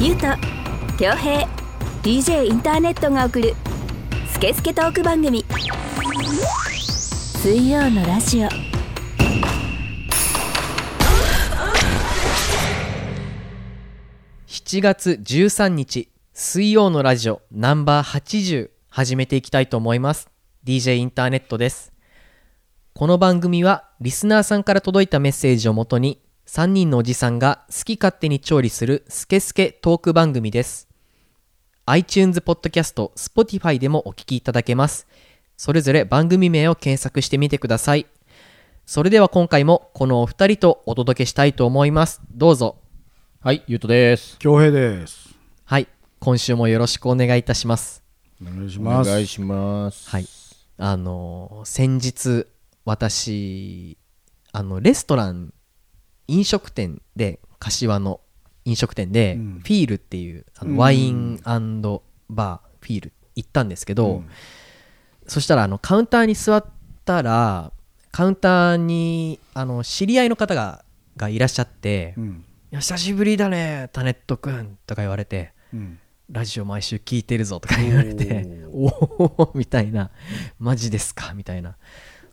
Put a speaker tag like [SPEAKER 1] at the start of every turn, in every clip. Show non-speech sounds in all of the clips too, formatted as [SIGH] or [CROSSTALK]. [SPEAKER 1] ゆうと恭平 DJ インターネットが送る「スケスケトーク番組」水曜のラジオ
[SPEAKER 2] 7月13日水曜のラジオナンバー80始めていきたいと思います DJ インターネットですこの番組はリスナーさんから届いたメッセージをもとに3人のおじさんが好き勝手に調理するスケスケトーク番組です iTunes ポッドキャスト Spotify でもお聞きいただけますそれぞれ番組名を検索してみてくださいそれでは今回もこのお二人とお届けしたいと思いますどうぞ
[SPEAKER 3] はい、ゆうとです。
[SPEAKER 4] 恭平です。
[SPEAKER 2] はい今週もよろしくお願いいたします
[SPEAKER 4] お願いし
[SPEAKER 3] お
[SPEAKER 4] ます。
[SPEAKER 3] 願いします。
[SPEAKER 2] はい。あのー先日私あのレストラン飲食店で柏の飲食店で、
[SPEAKER 4] うん
[SPEAKER 2] フィールっていうあのワインバーフィール行ったんですけど、そしたらあのカウンターに座ったらカウンターにあの知り合いの方ががいらっしゃって
[SPEAKER 4] う、ん。
[SPEAKER 2] いや久しぶりだねタネットくん」とか言われて
[SPEAKER 4] うん。
[SPEAKER 2] ラジオ毎週聞いてるぞとか言われて、おおーみたいな、マジですかみたいな。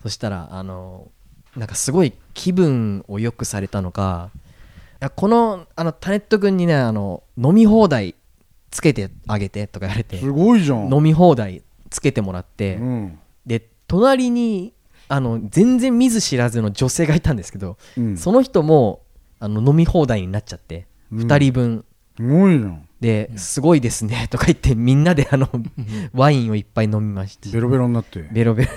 [SPEAKER 2] そしたら、あの、なんかすごい気分を良くされたのか、いやこの、あの、タネット君にね、あの、飲み放題つけてあげてとか言われて、
[SPEAKER 4] すごいじゃん。
[SPEAKER 2] 飲み放題つけてもらって、
[SPEAKER 4] うん。
[SPEAKER 2] で、隣に、あの、全然見ず知らずの女性がいたんですけど、
[SPEAKER 4] うん。す
[SPEAKER 2] その人も、あの、飲み放題になっちゃって、
[SPEAKER 4] うん
[SPEAKER 2] 2人分。
[SPEAKER 4] ごいじゃん。
[SPEAKER 2] で、すごいですねとか言ってみんなであのワインをいっぱい飲みました
[SPEAKER 4] ベロベロになって。
[SPEAKER 2] ベロベロ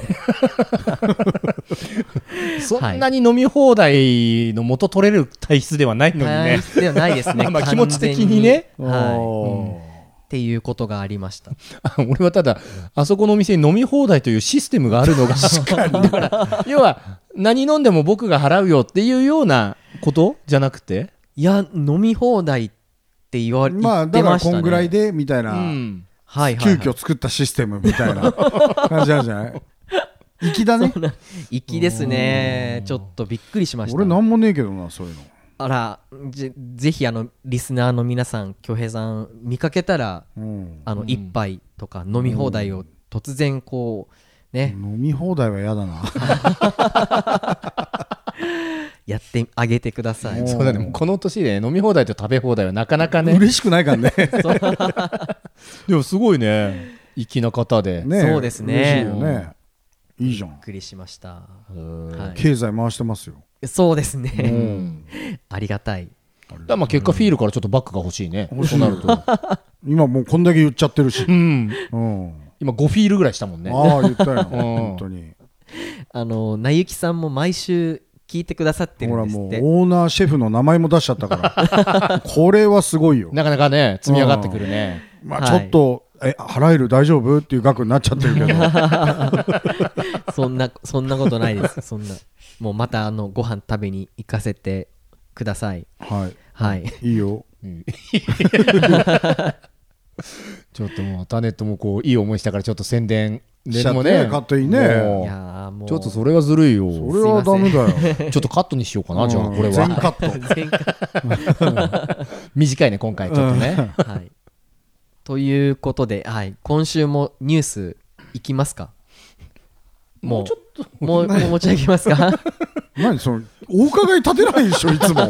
[SPEAKER 3] そんなに飲み放題の元取れる体質ではないのに
[SPEAKER 2] 大
[SPEAKER 3] ね。
[SPEAKER 2] 質ではないですね
[SPEAKER 4] [LAUGHS]
[SPEAKER 3] まあまあ
[SPEAKER 2] 完全
[SPEAKER 3] 気持ち的にね
[SPEAKER 2] は
[SPEAKER 4] お
[SPEAKER 2] い、っていうことがありました
[SPEAKER 3] [LAUGHS] 俺はただ、あそこのお店に飲み放題というシステムがあるの [LAUGHS] が、だから、要は、何飲んでも僕が払うよっていうようなことじゃなくて、
[SPEAKER 2] いや飲み放題って言われ
[SPEAKER 4] ー
[SPEAKER 2] て
[SPEAKER 4] まあ、
[SPEAKER 2] ました
[SPEAKER 4] だ
[SPEAKER 2] ね
[SPEAKER 4] からこんぐらいで、みたいな、
[SPEAKER 3] うん
[SPEAKER 2] はいはい
[SPEAKER 4] 急
[SPEAKER 2] はい、
[SPEAKER 4] 遽作ったシステムみたいな感じなんじゃない粋だね。
[SPEAKER 2] 粋ですねちょっとびっくりしました
[SPEAKER 4] 俺なんもねえけどな、そういうの。
[SPEAKER 2] あらぜぜひあのリスナーの皆さん恭平さん見かけたら
[SPEAKER 4] うん。
[SPEAKER 2] あの一杯とか飲み放題を突然こうね、
[SPEAKER 4] 飲み放題は嫌だな。
[SPEAKER 2] やってあげてください
[SPEAKER 3] そうだね、もうこの年で飲み放題と食べ放題はなかなかね。
[SPEAKER 4] 嬉しくないからね。
[SPEAKER 3] でもすごいね、粋な方で。
[SPEAKER 4] ねえ
[SPEAKER 2] そうですね
[SPEAKER 4] 嬉しいよね。いいじゃ
[SPEAKER 2] び
[SPEAKER 4] ん
[SPEAKER 2] っ。くりしました、
[SPEAKER 3] うん
[SPEAKER 2] は
[SPEAKER 4] 経済回してますよ。
[SPEAKER 2] い、そうです
[SPEAKER 3] う
[SPEAKER 2] ね、
[SPEAKER 3] ん
[SPEAKER 2] [LAUGHS] ありがたい
[SPEAKER 3] だからまあ結果、フィールからちょっとバッグが欲しいね。
[SPEAKER 4] 欲し
[SPEAKER 3] そ
[SPEAKER 4] い
[SPEAKER 3] うなると。
[SPEAKER 4] 今もうこんだけ言っちゃってるし
[SPEAKER 3] う。ん。
[SPEAKER 4] うん。
[SPEAKER 3] 今5フィールぐらいしたもんね。
[SPEAKER 4] ああ、言ったよ。本当に。
[SPEAKER 2] あのなゆきさんも毎週聞いてくださって
[SPEAKER 4] ほ
[SPEAKER 2] る
[SPEAKER 4] ら
[SPEAKER 2] んです
[SPEAKER 4] もう
[SPEAKER 2] って
[SPEAKER 4] オーナーシェフの名前も出しちゃったからこれはすごいよ、
[SPEAKER 3] なかなかね、積み上がってくるね。
[SPEAKER 4] まあ、ち
[SPEAKER 2] は
[SPEAKER 4] ょ
[SPEAKER 2] い
[SPEAKER 4] っと、え払える大丈夫っていう額になっちゃってる
[SPEAKER 2] [LAUGHS]
[SPEAKER 4] けど
[SPEAKER 2] そんなそんなことないです [LAUGHS] そんなもうまたあのご飯食べに行かせてください
[SPEAKER 4] は
[SPEAKER 2] はい
[SPEAKER 4] いいいよ
[SPEAKER 3] うん [LAUGHS] ちょっともう、タネットもこう、いい思いしたから、ちょっと宣伝。
[SPEAKER 4] しちゃってね勝手にね
[SPEAKER 2] い
[SPEAKER 3] も
[SPEAKER 2] やー
[SPEAKER 3] う
[SPEAKER 2] もう
[SPEAKER 3] ちょっとそれはずるいよ。
[SPEAKER 4] それはダメだよ
[SPEAKER 3] [LAUGHS] ちょっとカットにしようかな、じゃあ、
[SPEAKER 4] うん
[SPEAKER 3] これ
[SPEAKER 4] 全
[SPEAKER 3] は。
[SPEAKER 4] カッ
[SPEAKER 2] 前回
[SPEAKER 3] 短いね、今回、ちょっと [LAUGHS] ね。
[SPEAKER 2] はいということで、はい、今週もニュースいきますかもうちょっともうもう持ち上げます
[SPEAKER 3] [LAUGHS]
[SPEAKER 2] か
[SPEAKER 4] ト何そのお伺い立てないでしょい
[SPEAKER 2] [LAUGHS]
[SPEAKER 4] つも行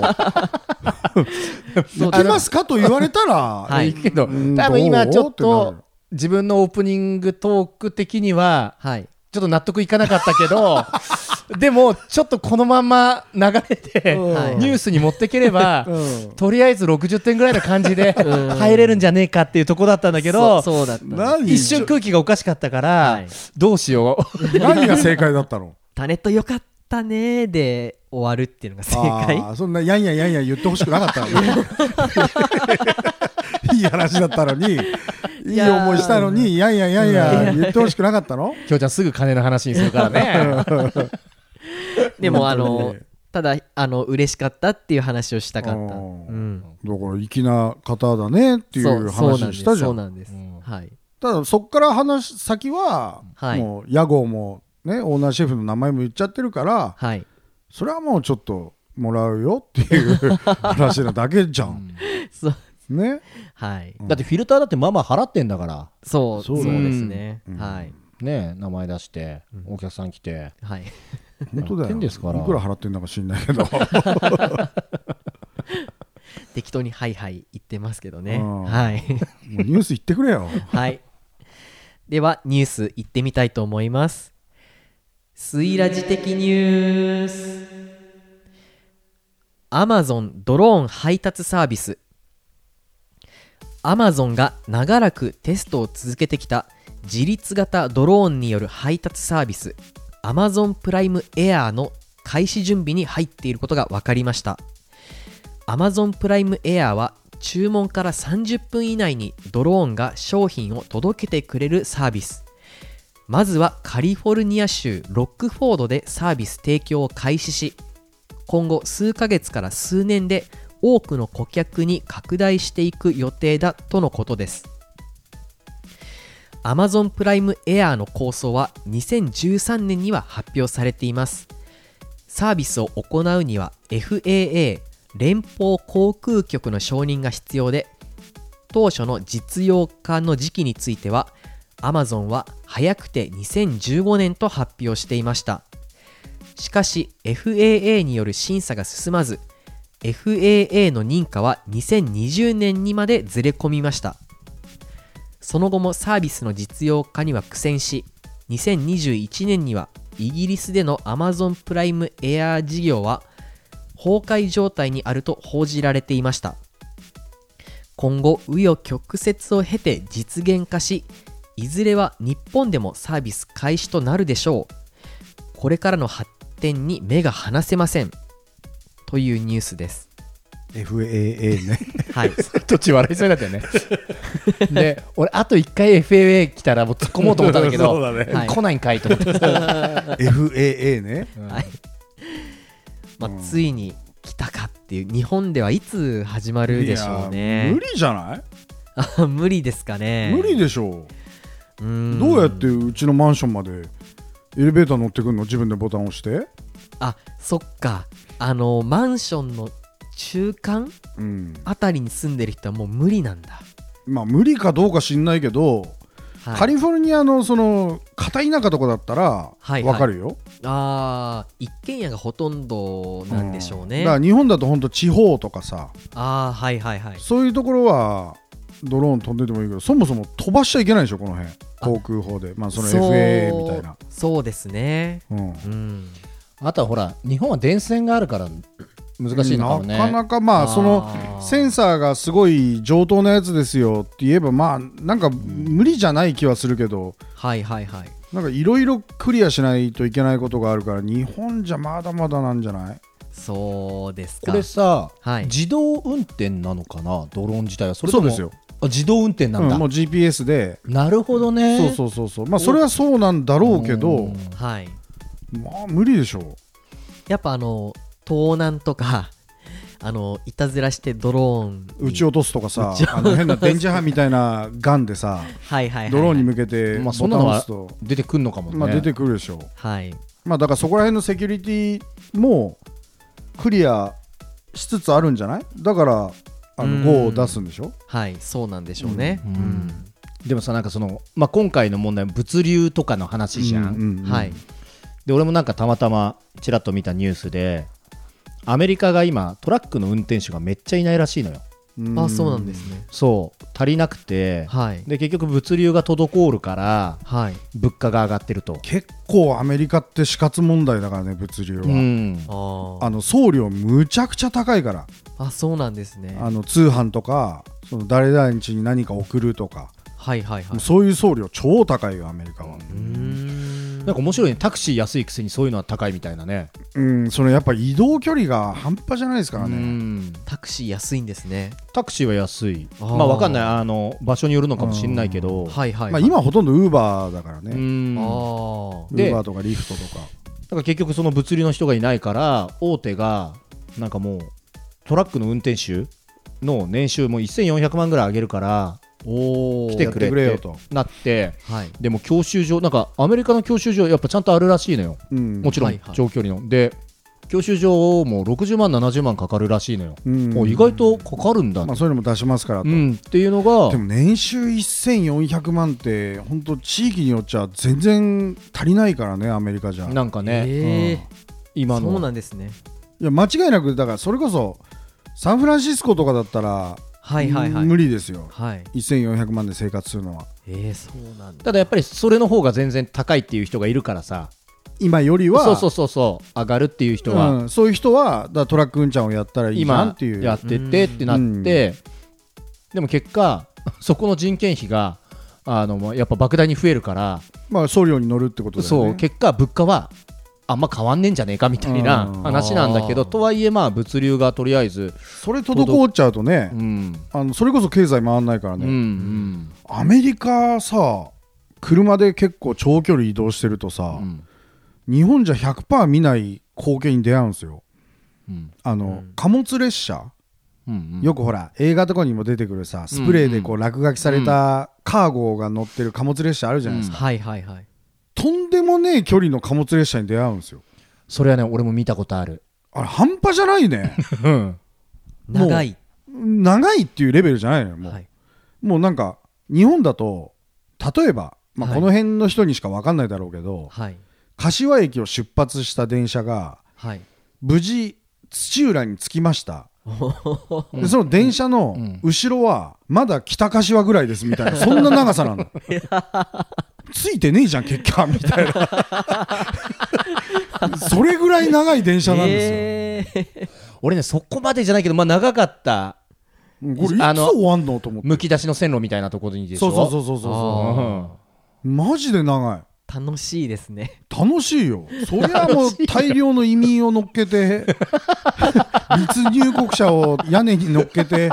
[SPEAKER 4] きますかと言われたら、
[SPEAKER 2] はい
[SPEAKER 3] いいけど、
[SPEAKER 4] うん
[SPEAKER 3] 多分今、ちょっ
[SPEAKER 4] どうってな
[SPEAKER 3] と
[SPEAKER 4] る、
[SPEAKER 3] 自分のオープニングトーク的には、
[SPEAKER 2] はい
[SPEAKER 3] ちょっと納得いかなかったけ
[SPEAKER 4] [LAUGHS]
[SPEAKER 3] ど、でも、ちょっとこのまま流れて、
[SPEAKER 2] はい
[SPEAKER 3] ニュースに持ってければ、
[SPEAKER 4] [LAUGHS] うん
[SPEAKER 3] とりあえず60点ぐらいの感
[SPEAKER 2] [LAUGHS]
[SPEAKER 3] じで
[SPEAKER 2] ん
[SPEAKER 3] 入れるんじゃねえかっていうとこだったんだけど、
[SPEAKER 2] そうそうだったんです
[SPEAKER 4] 何
[SPEAKER 3] 一瞬空気がおかしかったから、
[SPEAKER 2] はい
[SPEAKER 3] どうしよう。 [LAUGHS]
[SPEAKER 4] 何が正解だったの
[SPEAKER 2] タネットよかったねーで終わるっていうのが [LAUGHS] 正
[SPEAKER 4] あ
[SPEAKER 2] 解
[SPEAKER 4] あそんなやんやんやんやん言ってほしくな
[SPEAKER 2] [LAUGHS]
[SPEAKER 4] かったの [LAUGHS] いい話だったのにいい思いしたのにやんやんやんやん言ってほしくなかったの
[SPEAKER 3] きょうちゃんすぐ金の話にするから
[SPEAKER 2] [LAUGHS]
[SPEAKER 3] ね。
[SPEAKER 2] でもあの
[SPEAKER 4] 本当にね
[SPEAKER 2] ただあの嬉しかったっていう話をしたかった、う
[SPEAKER 4] うん
[SPEAKER 2] ん、
[SPEAKER 4] だから粋な方だねってい
[SPEAKER 2] そう
[SPEAKER 4] う
[SPEAKER 2] そうなん
[SPEAKER 4] 話
[SPEAKER 2] で
[SPEAKER 4] を
[SPEAKER 2] す
[SPEAKER 4] したじゃ
[SPEAKER 2] そうんなんです、
[SPEAKER 3] うん
[SPEAKER 2] はい
[SPEAKER 4] ただそこから話先は、
[SPEAKER 2] はい
[SPEAKER 4] もう屋号もねオーナーシェフの名前も言っちゃってるから
[SPEAKER 2] はい [LAUGHS]
[SPEAKER 4] それはもうちょっともらうよっていう [LAUGHS] 話なだけじゃん。
[SPEAKER 2] そう
[SPEAKER 4] ね。
[SPEAKER 2] はい、
[SPEAKER 3] だってフィルターだってママ払ってんだから
[SPEAKER 2] そうそ
[SPEAKER 4] そうう
[SPEAKER 2] ですね、
[SPEAKER 4] うん
[SPEAKER 2] はい
[SPEAKER 3] ね名前出してお客さん来 [LAUGHS] て
[SPEAKER 2] はい
[SPEAKER 4] 本当
[SPEAKER 3] やっ
[SPEAKER 4] だ
[SPEAKER 3] て
[SPEAKER 4] よ。
[SPEAKER 3] んですから
[SPEAKER 4] いくら払ってんだか知んない [LAUGHS] けど。
[SPEAKER 2] 適当にはいはい言ってますけどね
[SPEAKER 4] うん
[SPEAKER 2] はい
[SPEAKER 4] もうニュース言ってくれよ。
[SPEAKER 2] [LAUGHS] はいではニュース行ってみたいと思いますスイラジ的ニュースアマゾンドローン配達サービスアマゾンが長らくテストを続けてきた自立型ドローンによる配達サービスアマゾンプライムエアーの開始準備に入っていることが分かりましたアマゾンプライムエアーは注文から30分以内にドローンが商品を届けてくれるサービスまずはカリフォルニア州ロックフォードでサービス提供を開始し今後数ヶ月から数年で多くの顧客に拡大していく予定だとのことです Amazon プライムエアーの構想は2013年には発表されていますサービスを行うには FAA 連邦航空局の承認が必要で当初の実用化の時期については Amazon は早くて2015年と発表していましたしかし FAA による審査が進まず FAA の認可は2020年にまでずれ込みましたその後もサービスの実用化には苦戦し2021年にはイギリスでの Amazon プライムエアー事業は崩壊状態にあると報じられていました今後紆余曲折を経て実現化しいずれは日本でもサービス開始となるでしょうこれからの発展に目が離せませんというニュースです。
[SPEAKER 4] FAA [LAUGHS] ね。
[SPEAKER 2] はい、
[SPEAKER 3] 途中笑いそうになった
[SPEAKER 2] [LAUGHS]
[SPEAKER 3] よねで俺あと1回 FAA 来たらもう突っ込もうと思ったんだけど
[SPEAKER 4] そうだね
[SPEAKER 2] はい
[SPEAKER 3] [LAUGHS] 来ないんかいと思って
[SPEAKER 4] FAA ね。
[SPEAKER 2] はいまあ、ついに来たかっていう日本ではいつ始まるでしょう
[SPEAKER 4] いや
[SPEAKER 2] ね
[SPEAKER 4] 無。理じゃない、
[SPEAKER 2] あ [LAUGHS] 無理ですかね。
[SPEAKER 4] 無理でしょ
[SPEAKER 2] う
[SPEAKER 4] う。
[SPEAKER 2] ん
[SPEAKER 4] どうやってうちのマンションまでエレベーター乗ってくんの自分でボタン押して。
[SPEAKER 2] あそっかあのマンションの中間
[SPEAKER 4] うん。
[SPEAKER 2] あたりに住んでる人はもう無理なんだ。
[SPEAKER 4] まあ無理かどうか知んないけど、
[SPEAKER 2] はい、
[SPEAKER 4] カリフォルニアのその片田舎とかだったら
[SPEAKER 2] はい
[SPEAKER 4] わかるよ、
[SPEAKER 2] あー一軒家がほとんどなんでしょう
[SPEAKER 4] う
[SPEAKER 2] ね。
[SPEAKER 4] んだから日本だと本当地方とかさ
[SPEAKER 2] ああはいはいはい。
[SPEAKER 4] そういうところはドローン飛んでてもいいけどそもそも飛ばしちゃいけないでしょこの辺航空法でまあその
[SPEAKER 2] そう
[SPEAKER 4] FAA みたいな
[SPEAKER 2] そうですね
[SPEAKER 4] うん
[SPEAKER 2] うん
[SPEAKER 3] あとはほら日本は電線があるから難しいのかもね
[SPEAKER 4] なかなかまあその
[SPEAKER 2] ー
[SPEAKER 4] センサーがすごい上等なやつですよって言えばまあなんか無理じゃない気はするけど
[SPEAKER 2] はいはいはい
[SPEAKER 4] なんかいろいろクリアしないといけないことがあるから日本じゃまだまだなんじゃない
[SPEAKER 2] そうですか
[SPEAKER 3] これさ、
[SPEAKER 2] はい
[SPEAKER 3] 自動運転なのかなドローン自体はそれと
[SPEAKER 4] そう
[SPEAKER 3] も
[SPEAKER 4] ですよ、
[SPEAKER 3] あ自動運転な
[SPEAKER 4] うん
[SPEAKER 3] だ、
[SPEAKER 4] ん、もう GPS で
[SPEAKER 3] なるほどね
[SPEAKER 4] そうそうそうそうまあそれはそうなんだろうけど
[SPEAKER 3] ん
[SPEAKER 2] はい
[SPEAKER 4] まあ無理でしょう
[SPEAKER 2] やっぱあの盗難とか [LAUGHS] あのいたずらしてドローン
[SPEAKER 4] 撃ち落とすとかさ
[SPEAKER 2] 撃ち
[SPEAKER 4] あの変な電磁波みたいなガンでさ
[SPEAKER 2] はいはいはいはい
[SPEAKER 4] ドローンに向けて
[SPEAKER 3] まあ
[SPEAKER 4] ボ
[SPEAKER 3] そん
[SPEAKER 4] タ
[SPEAKER 3] な
[SPEAKER 4] ン
[SPEAKER 3] の
[SPEAKER 4] を
[SPEAKER 3] は
[SPEAKER 4] 押すと、
[SPEAKER 3] 出てくるのかもね、
[SPEAKER 4] まあ、出てくるでしょう
[SPEAKER 2] はい
[SPEAKER 4] まあだからそこら辺のセキュリティもクリアしつつあるんじゃないだからあ
[SPEAKER 2] うん
[SPEAKER 4] の5を出すんでしょ
[SPEAKER 2] はいそうなんでしょうね
[SPEAKER 3] うん
[SPEAKER 2] うん
[SPEAKER 3] でもさなんかその、まあ、今回の問題物流とかの話じゃん、
[SPEAKER 4] うんうんうん
[SPEAKER 2] はい
[SPEAKER 3] で俺もなんかたまたまちらっと見たニュースでアメリカが今トラックの運転手がめっちゃいないらしいのよ
[SPEAKER 2] あそうなんですね
[SPEAKER 3] そう足りなくて、
[SPEAKER 2] はい
[SPEAKER 3] で結局物流が滞るから
[SPEAKER 2] はい
[SPEAKER 3] 物価が上がってると、
[SPEAKER 4] 結構アメリカって死活問題だからね物流は、
[SPEAKER 3] うん
[SPEAKER 2] あー
[SPEAKER 4] あの送料むちゃくちゃ高いから
[SPEAKER 2] あそうなんですね
[SPEAKER 4] あの通販とかその誰々ん家に何か送るとか、
[SPEAKER 2] はいはいはい
[SPEAKER 4] もうそういう送料超高いよアメリカは、
[SPEAKER 2] うーん
[SPEAKER 3] なんか面白いねタクシー安いくせにそういうのは高いみたいなね
[SPEAKER 4] うん、そのやっぱ移動距離が半端じゃないですから
[SPEAKER 3] う
[SPEAKER 4] ね、
[SPEAKER 3] ん
[SPEAKER 2] タクシー安いんですね
[SPEAKER 3] タクシーは安い
[SPEAKER 2] あー
[SPEAKER 3] まあわかんないあの場所によるのかもしれないけど、
[SPEAKER 2] はいはいは
[SPEAKER 4] まあ、
[SPEAKER 2] い
[SPEAKER 4] 今はほとんどウーバーだから
[SPEAKER 3] う
[SPEAKER 4] ね、
[SPEAKER 3] ん
[SPEAKER 2] あ
[SPEAKER 3] だか
[SPEAKER 2] ー
[SPEAKER 4] ウ
[SPEAKER 3] で
[SPEAKER 4] ーバーとかリフトとか、
[SPEAKER 3] ら結局その物流の人がいないから大手がなんかもうトラックの運転手の年収も1400万ぐらい上げるから
[SPEAKER 2] おお
[SPEAKER 3] 来てくれ
[SPEAKER 4] やってくれよ
[SPEAKER 3] って
[SPEAKER 4] と
[SPEAKER 3] なって
[SPEAKER 2] はい
[SPEAKER 3] でも教習所なんかアメリカの教習所やっぱちゃんとあるらしいのよ
[SPEAKER 4] うん、
[SPEAKER 3] もちろ
[SPEAKER 2] はい
[SPEAKER 3] ん
[SPEAKER 2] はい
[SPEAKER 3] 長距離の、で教習所も60万70万かかるらしいのよ、
[SPEAKER 4] うん
[SPEAKER 3] もう意外とかかるんだ、
[SPEAKER 4] まあ、そういうのも出しますからと、
[SPEAKER 3] うん、っていうのが
[SPEAKER 4] でも年収1400万って本当地域によっちゃ全然足りないからねアメリカじゃい
[SPEAKER 3] なんかね、
[SPEAKER 2] えー
[SPEAKER 3] 今の
[SPEAKER 2] そうなんですね
[SPEAKER 4] や間違いなくだからそれこそサンフランシスコとかだったら、
[SPEAKER 2] はいはいはい
[SPEAKER 4] 無理ですよ
[SPEAKER 2] はい
[SPEAKER 4] 1400万で生活するのは
[SPEAKER 2] えー、そうなんだ
[SPEAKER 3] ただやっぱりそれの方が全然高いっていう人がいるからさ
[SPEAKER 4] 今よりは
[SPEAKER 3] そうそうそうそう上がるっていう人は
[SPEAKER 4] うんそういう人はだからトラックうんちゃんをやったらいいじゃん
[SPEAKER 3] 今
[SPEAKER 4] っていう
[SPEAKER 3] やっててってなってでも結果そこの人件費があのまあやっぱ莫大に増えるから
[SPEAKER 4] まあ、送料に乗るってことだよね
[SPEAKER 3] そう結果物価はあんま変わんねえんじゃねえかみたいな
[SPEAKER 4] うん
[SPEAKER 3] 話なんだけど
[SPEAKER 2] あー
[SPEAKER 3] とはいえまあ物流がとりあえず
[SPEAKER 4] それ滞っちゃうとね
[SPEAKER 3] う、ん
[SPEAKER 4] あのそれこそ経済回らないから
[SPEAKER 3] うんう
[SPEAKER 4] ね、
[SPEAKER 3] ん
[SPEAKER 4] アメリカさ車で結構長距離移動してると
[SPEAKER 3] う
[SPEAKER 4] さ、
[SPEAKER 3] ん
[SPEAKER 4] 日本じゃ100%見ない光景に出会うんですよ
[SPEAKER 3] うん
[SPEAKER 4] あの、貨物列車、
[SPEAKER 3] うん
[SPEAKER 4] よくほら映画とかにも出てくるさスプレーでこう落書きされたカーゴが乗ってる貨物列車あるじゃないですか、
[SPEAKER 2] はいはいはい
[SPEAKER 4] とんでもねえ距離の貨物列車に出会うんですよ
[SPEAKER 3] それはね俺も見たことある
[SPEAKER 4] あれ半端じゃないねもう
[SPEAKER 2] 長い
[SPEAKER 4] 長いっていうレベルじゃないのよもう、
[SPEAKER 2] はい
[SPEAKER 4] もうなんか日本だと例えば、まあ、
[SPEAKER 2] はい
[SPEAKER 4] この辺の人にしか分かんないだろうけど、
[SPEAKER 2] はい
[SPEAKER 4] 柏駅を出発した電車が
[SPEAKER 2] はい
[SPEAKER 4] 無事土浦に着きましたでその電車の後ろはまだ北柏ぐらいですみたいなそんな長さ
[SPEAKER 2] [LAUGHS]
[SPEAKER 4] なのついてねえじゃん結果みたいな [LAUGHS] それぐらい長い電車なんですよ、
[SPEAKER 2] えー
[SPEAKER 3] 俺ねそこまでじゃないけどまあ長かった
[SPEAKER 4] これいつ
[SPEAKER 3] あの
[SPEAKER 4] 終わんのと思って
[SPEAKER 3] むき出しの線路みたいなところにでし
[SPEAKER 4] そ
[SPEAKER 3] ょ
[SPEAKER 4] うそうそうそうそ
[SPEAKER 3] うん
[SPEAKER 4] うマジで長い
[SPEAKER 2] 楽しいですね。
[SPEAKER 4] 楽しいよそりゃもう大量の移民を乗っ
[SPEAKER 3] [LAUGHS]
[SPEAKER 4] けて密入国者を屋根に乗っけて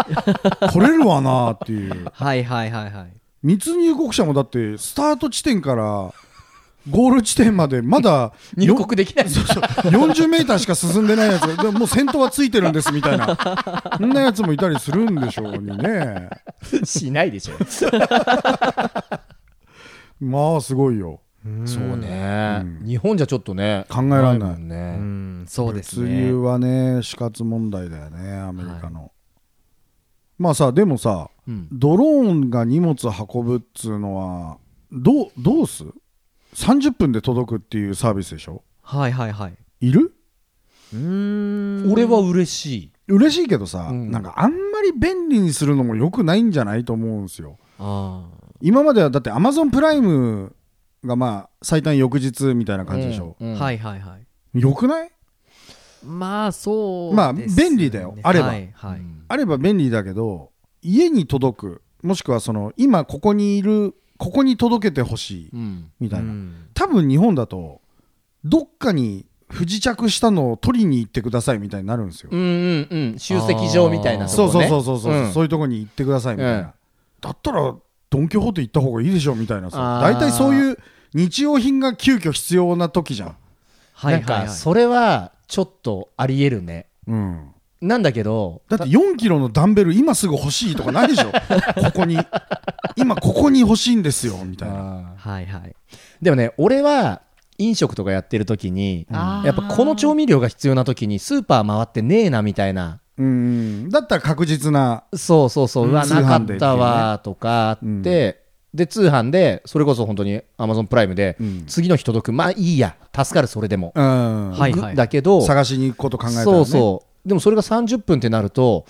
[SPEAKER 4] 来れるわなっていう
[SPEAKER 2] はいはいはいはい。
[SPEAKER 4] 密入国者もだってスタート地点からゴール地点までまだ
[SPEAKER 3] 入国できない [LAUGHS]
[SPEAKER 4] そうそう40メーターしか進んでないやつがでももう先頭はついてるんですみたいなそんなやつもいたりするんでしょうにね
[SPEAKER 3] しないでしょ
[SPEAKER 4] まあすごいよ
[SPEAKER 3] そうね
[SPEAKER 4] うん
[SPEAKER 3] 日本じゃちょっとね
[SPEAKER 4] 考えられない
[SPEAKER 3] もん
[SPEAKER 2] う
[SPEAKER 3] ね
[SPEAKER 2] ん、そうです
[SPEAKER 4] 物流
[SPEAKER 2] ね。
[SPEAKER 4] はね死活問題だよねアメリカの、まあさでもさ
[SPEAKER 3] うん
[SPEAKER 4] ドローンが荷物運ぶっつうのはどうどうす30分で届くっていうサービスでしょ
[SPEAKER 2] はいはいはい。
[SPEAKER 4] いる
[SPEAKER 2] うーん。
[SPEAKER 3] 俺は嬉しい
[SPEAKER 4] 嬉しいけどさ、
[SPEAKER 3] うん
[SPEAKER 4] なんかあんまり便利にするのも良くないんじゃないと思うんですよ
[SPEAKER 2] あ
[SPEAKER 4] 今まではだってアマゾンプライムがまあ最短翌日みたいな感じでしょ、
[SPEAKER 2] あ、
[SPEAKER 3] うん
[SPEAKER 2] はいはいはい。
[SPEAKER 4] 良くない
[SPEAKER 2] まあそうです、ね。
[SPEAKER 4] まあ便利だよあれば
[SPEAKER 2] はいはい。
[SPEAKER 4] あれば便利だけど家に届くもしくはその今ここにいるここに届けてほしい
[SPEAKER 3] うん
[SPEAKER 4] みたい
[SPEAKER 2] う
[SPEAKER 4] な、
[SPEAKER 2] ん
[SPEAKER 4] 多分日本だとどっかに不時着したのを取りに行ってくださいみたいになるんですよ、
[SPEAKER 3] うんうんうん集積場みたいな
[SPEAKER 4] そう
[SPEAKER 3] とこ
[SPEAKER 4] そう
[SPEAKER 3] ね
[SPEAKER 4] そうそうそう、
[SPEAKER 3] ん
[SPEAKER 4] そういうとこに行ってくださいみたいな、
[SPEAKER 3] うん
[SPEAKER 4] だったらドン・キホーテ行った方がいいでしょみたいなさ
[SPEAKER 3] あー
[SPEAKER 4] 大体そういう日用品が急遽必要な時じゃん、
[SPEAKER 2] はいは
[SPEAKER 3] なん
[SPEAKER 2] いはい。
[SPEAKER 3] かそれはちょっとありえるね
[SPEAKER 4] うん、
[SPEAKER 3] なんだけど
[SPEAKER 4] だって4キロのダンベル今すぐ欲しいとかないで
[SPEAKER 3] [LAUGHS]
[SPEAKER 4] しょここに今ここに欲しいんですよみたいな
[SPEAKER 3] あー
[SPEAKER 2] はいはい。
[SPEAKER 3] でもね俺は飲食とかやってる時に
[SPEAKER 2] あー
[SPEAKER 3] やっぱこの調味料が必要な時にスーパー回ってねえなみたいな
[SPEAKER 4] うんだったら確実な
[SPEAKER 3] そうそうそう、うわ、
[SPEAKER 4] 通
[SPEAKER 3] なか
[SPEAKER 4] 販
[SPEAKER 3] っ
[SPEAKER 4] で
[SPEAKER 3] たわとかあって、
[SPEAKER 4] うん
[SPEAKER 3] で、通販で、それこそ本当に Amazon プライムで、
[SPEAKER 4] うん
[SPEAKER 3] 次の日届く、まあいいや、助かる、それでも。
[SPEAKER 4] うん、
[SPEAKER 2] はいはい
[SPEAKER 3] だけど、
[SPEAKER 4] 探しに行くこと考えたら、ね、
[SPEAKER 3] そうそう、でもそれが30分ってなると、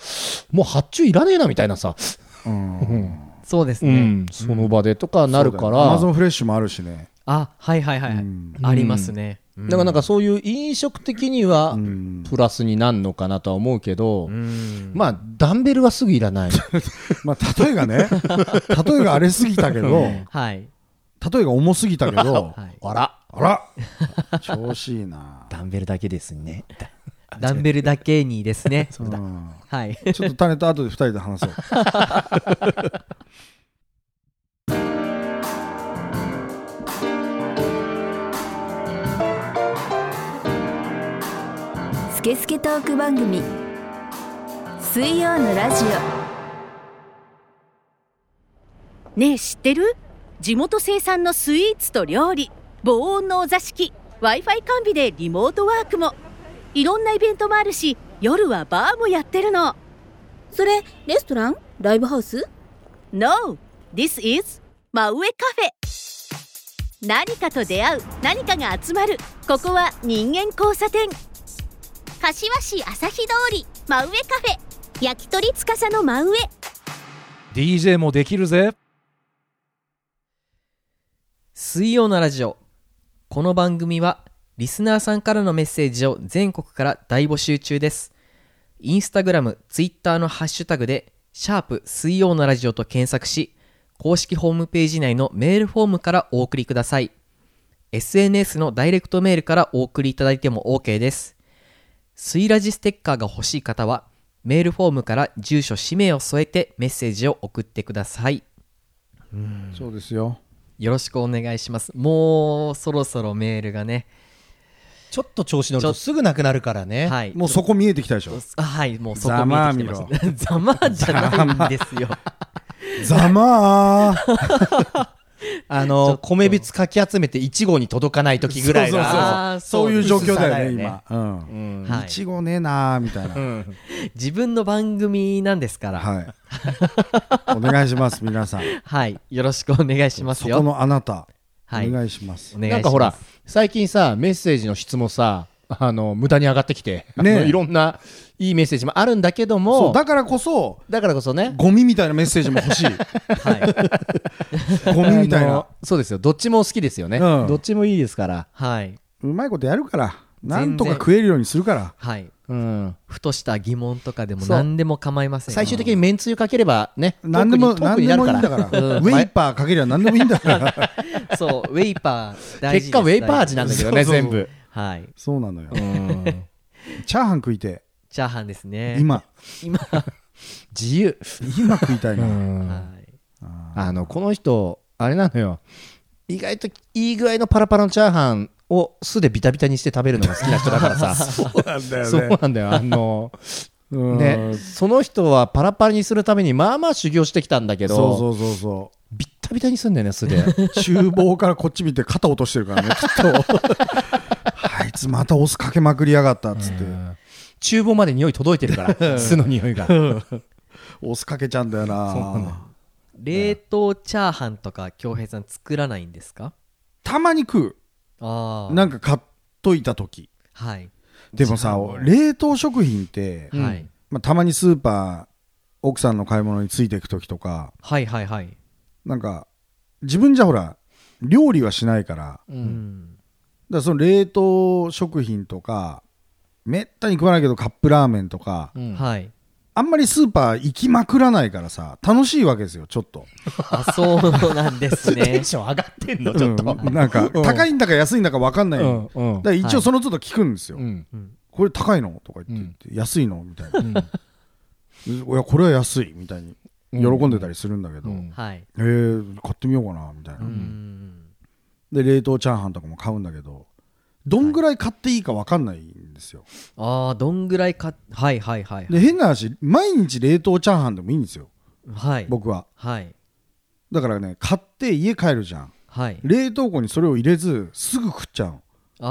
[SPEAKER 3] もう発注いらねえなみたいなさ、
[SPEAKER 4] う、うん、
[SPEAKER 2] そうです
[SPEAKER 3] う
[SPEAKER 2] ね。
[SPEAKER 3] ん、その場でとかなるから、
[SPEAKER 4] アマゾンフレッシュもあるしね
[SPEAKER 2] あはいはいはいはい、
[SPEAKER 4] うん
[SPEAKER 2] ありますね。
[SPEAKER 3] だからなんかそういう飲食的には
[SPEAKER 4] うん
[SPEAKER 3] プラスになるのかなとは思うけど、
[SPEAKER 2] うん。
[SPEAKER 3] まあ、ダンベルはすぐいらない。
[SPEAKER 4] まあ例えがね例えが荒れすぎたけど例
[SPEAKER 2] はい。
[SPEAKER 4] えが重すぎたけど、
[SPEAKER 2] はい
[SPEAKER 3] あら、
[SPEAKER 4] あら調子いいな、
[SPEAKER 3] ダンベルだけですね。
[SPEAKER 2] ダンベルだけにですね。
[SPEAKER 4] うん
[SPEAKER 2] はい。
[SPEAKER 4] ちょっとタネと後で2人で話そう
[SPEAKER 1] スケスケトーク番組水曜のラジ
[SPEAKER 5] ねえ知ってる地元生産のスイーツと料理防音のお座敷 w i f i 完備でリモートワークもいろんなイベントもあるし夜はバーもやってるの
[SPEAKER 1] それレストランライブハウス
[SPEAKER 5] No! This is 真上カフェ何かと出会う何かが集まるここは人間交差点
[SPEAKER 6] 柏市朝日通り真上カフェ焼き鳥つかさの真上
[SPEAKER 7] DJ もできるぜ
[SPEAKER 2] 水曜のラジオこの番組はリスナーさんからのメッセージを全国から大募集中ですインスタグラムツイッターのハッシュタグで「シャープ水曜のラジオ」と検索し公式ホームページ内のメールフォームからお送りください SNS のダイレクトメールからお送りいただいても OK です水ラジステッカーが欲しい方はメールフォームから住所氏名を添えてメッセージを送ってください
[SPEAKER 4] そうですよ
[SPEAKER 2] よろしくお願いします。もうそろそろメールがね、
[SPEAKER 3] ちょっと調子乗る
[SPEAKER 2] ちょ
[SPEAKER 3] とすぐなくなるからね、
[SPEAKER 2] はい、
[SPEAKER 4] もうそこ見えてきたでしょ
[SPEAKER 2] あはい、もうそこ見えてきてます。ざまあじゃないんですよ。
[SPEAKER 4] ざまー
[SPEAKER 2] ち
[SPEAKER 3] あ
[SPEAKER 2] ょっ
[SPEAKER 3] の
[SPEAKER 2] と
[SPEAKER 3] 米びつかき集めて1号に届かない時ぐらい
[SPEAKER 4] そうそうそう
[SPEAKER 3] が
[SPEAKER 2] あー
[SPEAKER 4] そういう状況だよね
[SPEAKER 3] 薄さ
[SPEAKER 4] 今うん
[SPEAKER 3] うん
[SPEAKER 2] はい
[SPEAKER 4] いちごねえなーみたいな、
[SPEAKER 3] うん
[SPEAKER 2] 自分の番組なんですから、はい、
[SPEAKER 4] はいお願いします皆さん
[SPEAKER 2] よろしくお願いしま
[SPEAKER 4] そ
[SPEAKER 2] す
[SPEAKER 4] こ
[SPEAKER 2] よ。
[SPEAKER 4] のあなた、
[SPEAKER 2] はい、
[SPEAKER 4] お
[SPEAKER 2] お願い
[SPEAKER 4] 願いします
[SPEAKER 2] します。
[SPEAKER 3] なんかほら、最近さメッセージの質もさあの無駄に上がってきて、
[SPEAKER 4] ねえ
[SPEAKER 3] あのいろんないいメッセージもあるんだけど
[SPEAKER 4] そ
[SPEAKER 3] も
[SPEAKER 4] うだからこそ
[SPEAKER 3] だからこそね
[SPEAKER 4] ゴミみたいなメッセージも欲しい
[SPEAKER 2] はい、
[SPEAKER 4] ゴミみたい
[SPEAKER 3] あ
[SPEAKER 4] な
[SPEAKER 3] のそうですよどっちも好きですよね、
[SPEAKER 4] うん
[SPEAKER 3] どっちもいいですから、
[SPEAKER 2] はい、
[SPEAKER 4] うまいことやるから
[SPEAKER 2] 然
[SPEAKER 4] なんとか食えるようにするから
[SPEAKER 2] はい、
[SPEAKER 3] うん、
[SPEAKER 2] ふとした疑問とかでも
[SPEAKER 3] そう
[SPEAKER 2] 何でも構いませんよ。
[SPEAKER 3] 最終的にめんつゆかければね
[SPEAKER 4] 何で
[SPEAKER 3] トー
[SPEAKER 4] も
[SPEAKER 3] ク
[SPEAKER 4] 何
[SPEAKER 3] に
[SPEAKER 4] でもいい
[SPEAKER 3] トー
[SPEAKER 4] ん
[SPEAKER 3] ク
[SPEAKER 4] だ
[SPEAKER 3] にな
[SPEAKER 4] から
[SPEAKER 3] るから
[SPEAKER 4] ウェイパーかけりゃ何でもいいんだから
[SPEAKER 2] そう、ウェイパー大事です。
[SPEAKER 3] 結果ウェイパー味なんだけどね
[SPEAKER 4] 大事
[SPEAKER 3] 全部
[SPEAKER 2] はい、
[SPEAKER 4] そうなのよ
[SPEAKER 3] うん
[SPEAKER 4] チャーハン食いて
[SPEAKER 2] チャーハンですね。
[SPEAKER 4] 今
[SPEAKER 2] 今、
[SPEAKER 3] 自由、
[SPEAKER 4] 今食いたいな
[SPEAKER 2] はい、
[SPEAKER 3] あのこの人あれなのよ意外といい具合のパラパラのチャーハンを酢でビタビタにして食べるのが好きな人だからさ [LAUGHS] そうなんだよねそうなんだよあのねその人はパラパラにするためにまあまあ修行してきたんだけど
[SPEAKER 4] そうそうそうそ
[SPEAKER 3] ビッタビタにすんだよね酢 [LAUGHS] で
[SPEAKER 4] う厨房からこっち見て肩落としてる [LAUGHS] からねきっとあいつまたお酢かけまくりやがったっつって
[SPEAKER 3] 厨房まで匂い届いてる [LAUGHS] から酢の匂いが
[SPEAKER 4] お酢かけちゃうんだよな
[SPEAKER 2] 冷凍チャーハンとか京平さん作らないんですか？
[SPEAKER 4] たまに食
[SPEAKER 2] あ
[SPEAKER 4] う
[SPEAKER 2] あ、
[SPEAKER 4] なんか買っといた時
[SPEAKER 2] はい、
[SPEAKER 4] でもさ冷凍食品って、
[SPEAKER 2] はい
[SPEAKER 4] まあ、たまにスーパー奥さんの買い物についていく時とか
[SPEAKER 2] はいはいはい。
[SPEAKER 4] なんか自分じゃほら料理はしないからだか
[SPEAKER 2] うん。
[SPEAKER 4] らその冷凍食品とかめったに食わないけどカップラーメンとか、
[SPEAKER 3] うん
[SPEAKER 2] はい。
[SPEAKER 4] あんまりスーパー行きまくらないからさ楽しいわけですよちょっと
[SPEAKER 2] あ、そうなん
[SPEAKER 3] [LAUGHS]
[SPEAKER 2] です
[SPEAKER 3] テ
[SPEAKER 2] ね
[SPEAKER 3] ン。ション上がってんのちょっと、
[SPEAKER 4] うんなんか高いんだか安いんだか分かんない、
[SPEAKER 3] うんうん
[SPEAKER 4] だから一応その都度聞くんですよ、
[SPEAKER 3] うん
[SPEAKER 4] これ高いのとか言って言って、安いのみたいな、いやこれは安いみたいに喜んでたりするんだけど、
[SPEAKER 3] うん
[SPEAKER 2] はい。
[SPEAKER 4] えー、買ってみようかなみたいな、
[SPEAKER 2] うん。
[SPEAKER 4] で冷凍チャーハンとかも買うんだけどどんぐらい買っていいか分かんないんですよ、
[SPEAKER 2] ああ、どんぐらいか、はいはいはい。
[SPEAKER 4] で変な話毎日冷凍チャーハンでもいいんですよ
[SPEAKER 2] はい。
[SPEAKER 4] 僕は
[SPEAKER 2] はい。
[SPEAKER 4] だからね買って家帰るじゃん
[SPEAKER 2] はい。
[SPEAKER 4] 冷凍庫にそれを入れずすぐ食っちゃうの
[SPEAKER 2] あ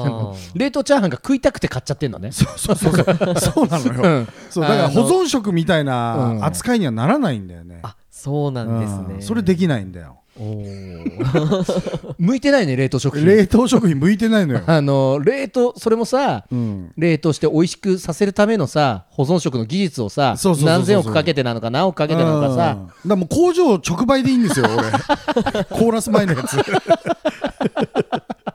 [SPEAKER 2] あ。
[SPEAKER 3] [LAUGHS] 冷凍チャーハンが食いたくて買っちゃってんのね
[SPEAKER 4] そうそうそうそうそうなのよ、そうだから
[SPEAKER 3] あの
[SPEAKER 4] 保存食みたい
[SPEAKER 3] うん
[SPEAKER 4] な扱いにはならないんだよね、
[SPEAKER 2] あ、そうなんです
[SPEAKER 4] う
[SPEAKER 2] ね。
[SPEAKER 4] んそれできないんだよ
[SPEAKER 2] おー
[SPEAKER 3] 向いてないね冷凍食品
[SPEAKER 4] 冷凍食品向いてないのよ
[SPEAKER 3] [LAUGHS] 、あの冷凍それもさ、
[SPEAKER 4] うん、
[SPEAKER 3] 冷凍して美味しくさせるためのさ保存食の技術をさ
[SPEAKER 4] そうそうそうそう
[SPEAKER 3] 何千億かけてなのか何億かけてなのか
[SPEAKER 4] う
[SPEAKER 3] さ
[SPEAKER 4] んだからもう工場直売でいいんですよ俺コーラス前のやつ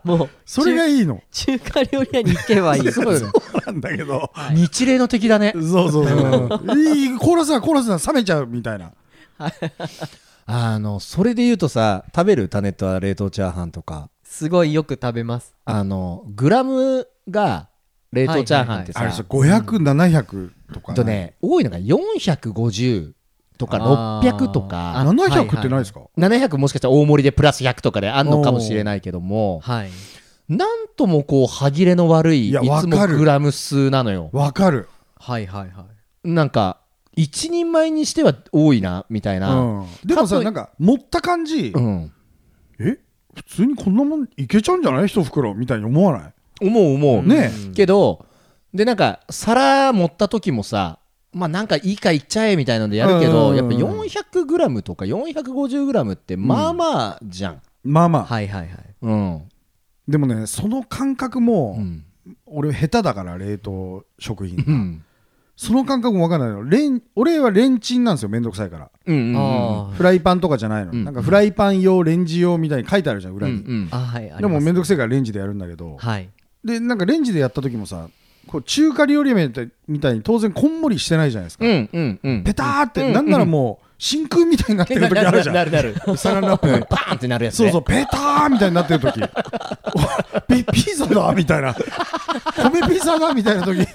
[SPEAKER 2] もう、
[SPEAKER 4] それがいいの
[SPEAKER 2] 中華料理屋に行けばいい。
[SPEAKER 3] [LAUGHS] そうだね
[SPEAKER 4] なんだけど
[SPEAKER 3] 日冷の敵だね
[SPEAKER 4] そうそうそういいコーラスだコーラスだ冷めちゃうみたいな
[SPEAKER 3] あのそれで言うとさ食べるタネットは冷凍チャーハンとか
[SPEAKER 2] すごいよく食べます。
[SPEAKER 3] あのグラムが冷凍チャーハンってさ、
[SPEAKER 4] あれさ500700とか
[SPEAKER 3] とね多いのが450とか
[SPEAKER 2] あー
[SPEAKER 3] 600とか
[SPEAKER 4] 700ってないですか、
[SPEAKER 3] 700もしかしたら大盛りでプラス100とかであんのかもしれないけども
[SPEAKER 2] はい。
[SPEAKER 3] なんともこう歯切れの悪いい
[SPEAKER 4] いや
[SPEAKER 3] つも
[SPEAKER 4] わかる
[SPEAKER 3] グラム数なのよ
[SPEAKER 4] わかる、
[SPEAKER 2] はいはいはい。
[SPEAKER 3] なんか一人前にしては多いなみたいうな、
[SPEAKER 4] ん、で
[SPEAKER 3] か
[SPEAKER 4] も
[SPEAKER 3] と
[SPEAKER 4] さ
[SPEAKER 3] い
[SPEAKER 4] なんか持った感じ、
[SPEAKER 3] うん
[SPEAKER 4] え普通にこんなもんいけちゃうんじゃない一袋みたいに思わない
[SPEAKER 3] 思う思う、
[SPEAKER 4] ね
[SPEAKER 3] けどでなんか皿持った時もさまあなんかいいかいっちゃえみたいなのでやるけど、
[SPEAKER 4] うん
[SPEAKER 3] やっぱ 400g とか 450g ってまあまあじゃん、
[SPEAKER 4] まあまあ、
[SPEAKER 2] はいはいはい
[SPEAKER 3] うん
[SPEAKER 4] でもねその感覚
[SPEAKER 3] う
[SPEAKER 4] も、
[SPEAKER 3] ん
[SPEAKER 4] 俺下手だから冷凍食品、
[SPEAKER 3] うん
[SPEAKER 4] その感覚も分からないのレン俺はレンチンなんですよめんどくさいから
[SPEAKER 3] うんうん
[SPEAKER 2] あ
[SPEAKER 4] フライパンとかじゃないの、
[SPEAKER 3] うん
[SPEAKER 4] なんかフライパン用レンジ用みたいに書いてあるじゃん裏
[SPEAKER 3] う
[SPEAKER 4] に、
[SPEAKER 3] ん
[SPEAKER 2] ーあはいあり
[SPEAKER 4] でも
[SPEAKER 2] ます
[SPEAKER 4] めんどくせえからレンジでやるんだけど、
[SPEAKER 2] はい
[SPEAKER 4] でなんかレンジでやった時もさこう中華料理麺みたいに当然こんもりしてないじゃないですか、
[SPEAKER 3] うんうんうん
[SPEAKER 4] ペターって、
[SPEAKER 3] うん
[SPEAKER 4] なんならもう真空みたいになってる時あるじゃ
[SPEAKER 3] [LAUGHS]
[SPEAKER 4] ん
[SPEAKER 3] なるなるなる
[SPEAKER 4] サランラップ [LAUGHS]
[SPEAKER 3] うんパーンってなるやつ、
[SPEAKER 4] そう
[SPEAKER 3] ね、
[SPEAKER 4] そうペターみたいになってる時 [LAUGHS] おピピザだみたいな米ピザだみたいな時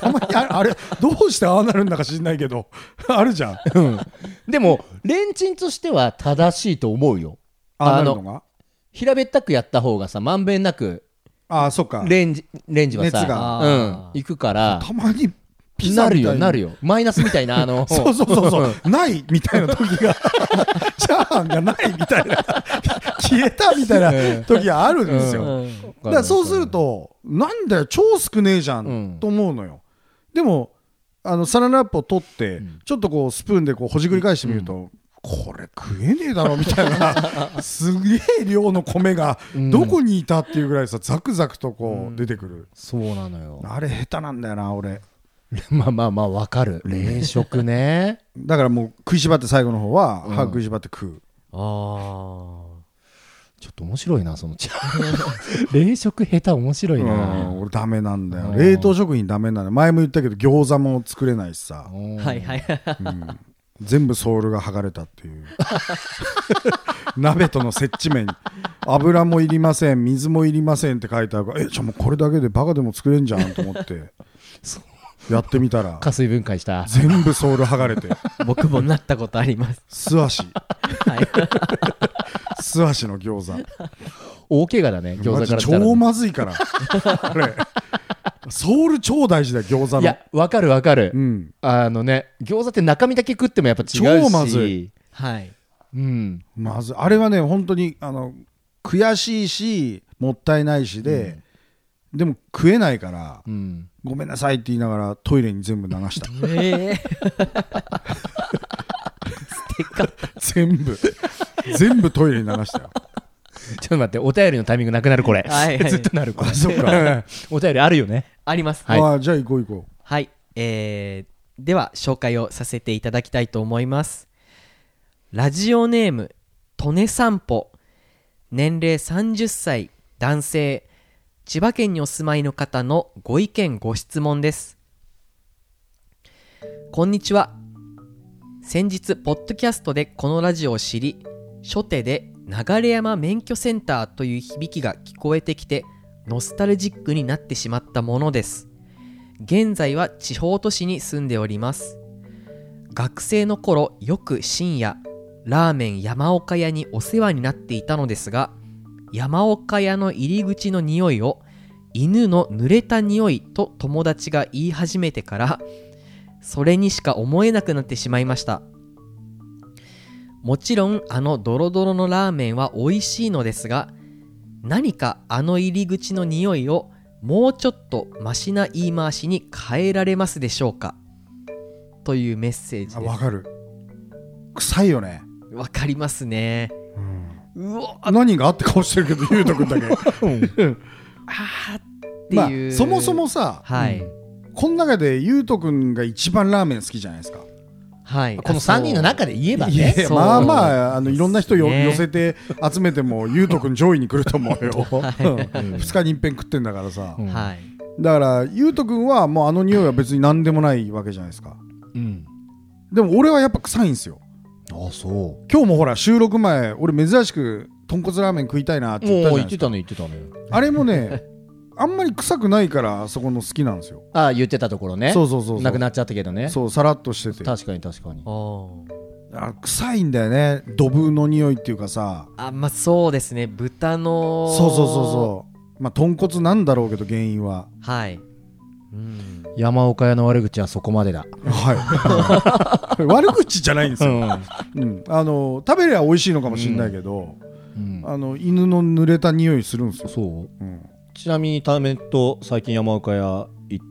[SPEAKER 4] たまにあれあれどうしてああなるんだか知んないけどある
[SPEAKER 3] [LAUGHS]
[SPEAKER 4] じゃん
[SPEAKER 3] でもレンチンとしては正しいと思うよ
[SPEAKER 4] ああ
[SPEAKER 3] あ
[SPEAKER 4] な
[SPEAKER 3] の
[SPEAKER 4] るのが
[SPEAKER 3] 平べったくやった方がさまんべんなく
[SPEAKER 4] ああそっか
[SPEAKER 3] レンジレンジはさ
[SPEAKER 4] 熱
[SPEAKER 2] が
[SPEAKER 3] うん、いくから
[SPEAKER 4] たまにピザ
[SPEAKER 3] なる
[SPEAKER 4] みたい
[SPEAKER 3] よなるよマイナスみたいなあの
[SPEAKER 4] [LAUGHS] そうそうそうそうないみたいな時 [LAUGHS] がチャーハンがないみたいな消えたみたいな時があるんですよ、
[SPEAKER 2] うん
[SPEAKER 4] だからそうするとなんだよ超少ねえじゃん、
[SPEAKER 3] うん
[SPEAKER 4] と思うのよでもあのサランラップを取って、ちょっとこうスプーンでこうほじくり返してみると、これ食えねえだろみたい [LAUGHS] なすげえ量の米が
[SPEAKER 3] うん
[SPEAKER 4] どこにいたっていうぐらいさザクザクとこう出てくる、
[SPEAKER 3] そうなのよ
[SPEAKER 4] あれ下手なんだよな俺
[SPEAKER 3] まあまあまあわかる冷食ね
[SPEAKER 4] だからもう食いしばって最後の方は歯食いしばって食う、
[SPEAKER 2] あ
[SPEAKER 3] ちょっと面白いなその [LAUGHS] 冷食下手面白い
[SPEAKER 4] うん
[SPEAKER 3] な、
[SPEAKER 4] 俺ダメなんだ
[SPEAKER 3] う
[SPEAKER 4] よ
[SPEAKER 3] ん
[SPEAKER 4] 冷凍食品ダメなんだよ前も言ったけど餃子も作れないしさ
[SPEAKER 3] うん
[SPEAKER 2] あはいはいはい
[SPEAKER 4] 全部ソールが剥がれたっていう [LAUGHS] 鍋との接地面に油もいりません水もいりませんって書いてあるからえじゃあもうこれだけでバカでも作れんじゃんと思
[SPEAKER 3] [LAUGHS]
[SPEAKER 4] ってやってみたら
[SPEAKER 3] 加水分解した
[SPEAKER 4] 全部ソール剥がれて
[SPEAKER 2] 僕もなったことあります
[SPEAKER 4] 素足
[SPEAKER 2] はい
[SPEAKER 4] 素足の餃子
[SPEAKER 3] 大怪我だね餃
[SPEAKER 4] マ
[SPEAKER 3] 子か
[SPEAKER 4] ジ
[SPEAKER 3] らしたら
[SPEAKER 4] 超まずいからあれソール超大事だよ餃子
[SPEAKER 3] い
[SPEAKER 4] の
[SPEAKER 3] やわかるわかる、
[SPEAKER 4] うん
[SPEAKER 3] あのね餃子って中身だけ食ってもやっぱ違うし
[SPEAKER 4] 超まずい
[SPEAKER 2] はい
[SPEAKER 3] うん
[SPEAKER 4] まずあれはね本当にあの悔しいしもったいないしで、でも食えないから
[SPEAKER 3] うん
[SPEAKER 4] ごめんなさいって言いながらトイレに全部流した
[SPEAKER 2] ええ
[SPEAKER 4] [LAUGHS] 全部全部トイレに流したよ
[SPEAKER 3] ちょっと待ってお便りのタイミングなくなるこれ、
[SPEAKER 2] はいはい
[SPEAKER 3] ずっとなるこれ
[SPEAKER 4] あそっか
[SPEAKER 3] お便りあるよね
[SPEAKER 2] [LAUGHS] あります
[SPEAKER 4] あじゃあ行こう行こ
[SPEAKER 2] はい、えーでは紹介をさせていただきたいと思いますラジオネームとねさんぽ年齢30歳男性千葉県にお住まいの方のご意見ご質問ですこんにちは先日ポッドキャストでこのラジオを知り初手で流山免許センターという響きが聞こえてきてノスタルジックになってしまったものです現在は地方都市に住んでおります学生の頃よく深夜ラーメン山岡屋にお世話になっていたのですが山岡屋の入り口の匂いを犬の濡れた匂いと友達が言い始めてからそれにしか思えなくなってしまいましたもちろんあのドロドロのラーメンは美味しいのですが何かあの入り口の匂いをもうちょっとマシな言い回しに変えられますでしょうかというメッセージ
[SPEAKER 4] うあ
[SPEAKER 2] です
[SPEAKER 4] わかる臭いよね
[SPEAKER 2] わかりますね。うおあ
[SPEAKER 4] 何があって顔してるけどゆうとくん
[SPEAKER 2] [LAUGHS]
[SPEAKER 4] だけ
[SPEAKER 2] ーって
[SPEAKER 4] まあ
[SPEAKER 2] いう、
[SPEAKER 4] そもそもさ
[SPEAKER 2] はい、
[SPEAKER 4] この中でゆうとくんが一番ラーメン好きじゃないですか
[SPEAKER 2] はい
[SPEAKER 3] この3人の中で言えば
[SPEAKER 4] いや
[SPEAKER 3] ね
[SPEAKER 4] いや
[SPEAKER 2] そう
[SPEAKER 4] まあまああのいろんな人よ、
[SPEAKER 2] ね
[SPEAKER 4] 寄せて集めてもゆうとくん上位に来ると思うよ、
[SPEAKER 3] うん
[SPEAKER 4] 2日に一遍食ってんだからさ、
[SPEAKER 3] うん
[SPEAKER 2] はい
[SPEAKER 4] だからゆうとくんはもうあの匂いは別に何でもないわけじゃないですか
[SPEAKER 3] うん
[SPEAKER 4] でも俺はやっぱ臭いんですよ
[SPEAKER 3] あそう
[SPEAKER 4] 今日もほら収録前俺珍しく豚骨ラーメン食いたいなって言った
[SPEAKER 3] もう
[SPEAKER 4] じゃ
[SPEAKER 3] 言
[SPEAKER 4] ない
[SPEAKER 3] っ
[SPEAKER 4] で
[SPEAKER 3] て
[SPEAKER 4] すか
[SPEAKER 3] たね言ってたね
[SPEAKER 4] あれもねあんまり臭くないからあそこの好きなんですよ
[SPEAKER 3] ああ言ってたところね
[SPEAKER 4] そうそうそうそう
[SPEAKER 3] なくなっちゃったけどね
[SPEAKER 4] そうさらっとしてて
[SPEAKER 3] 確かに確かに
[SPEAKER 2] おー
[SPEAKER 4] あ臭いんだよねドブの匂いっていうかさ
[SPEAKER 2] あまあそうですね豚の
[SPEAKER 4] そうそうそうそうまあ豚骨なんだろうけど原因は
[SPEAKER 2] うはい、うん、
[SPEAKER 3] 山岡屋の悪口はそこまでだ
[SPEAKER 4] はい [LAUGHS] 悪口じゃないんですよ、
[SPEAKER 3] ん
[SPEAKER 4] うん、あの食べりゃ美味しいのかもしれないけど、あの犬の濡れた匂いするんですよ、
[SPEAKER 3] そう
[SPEAKER 4] うん
[SPEAKER 3] ちなみにタメと最近山岡屋行っ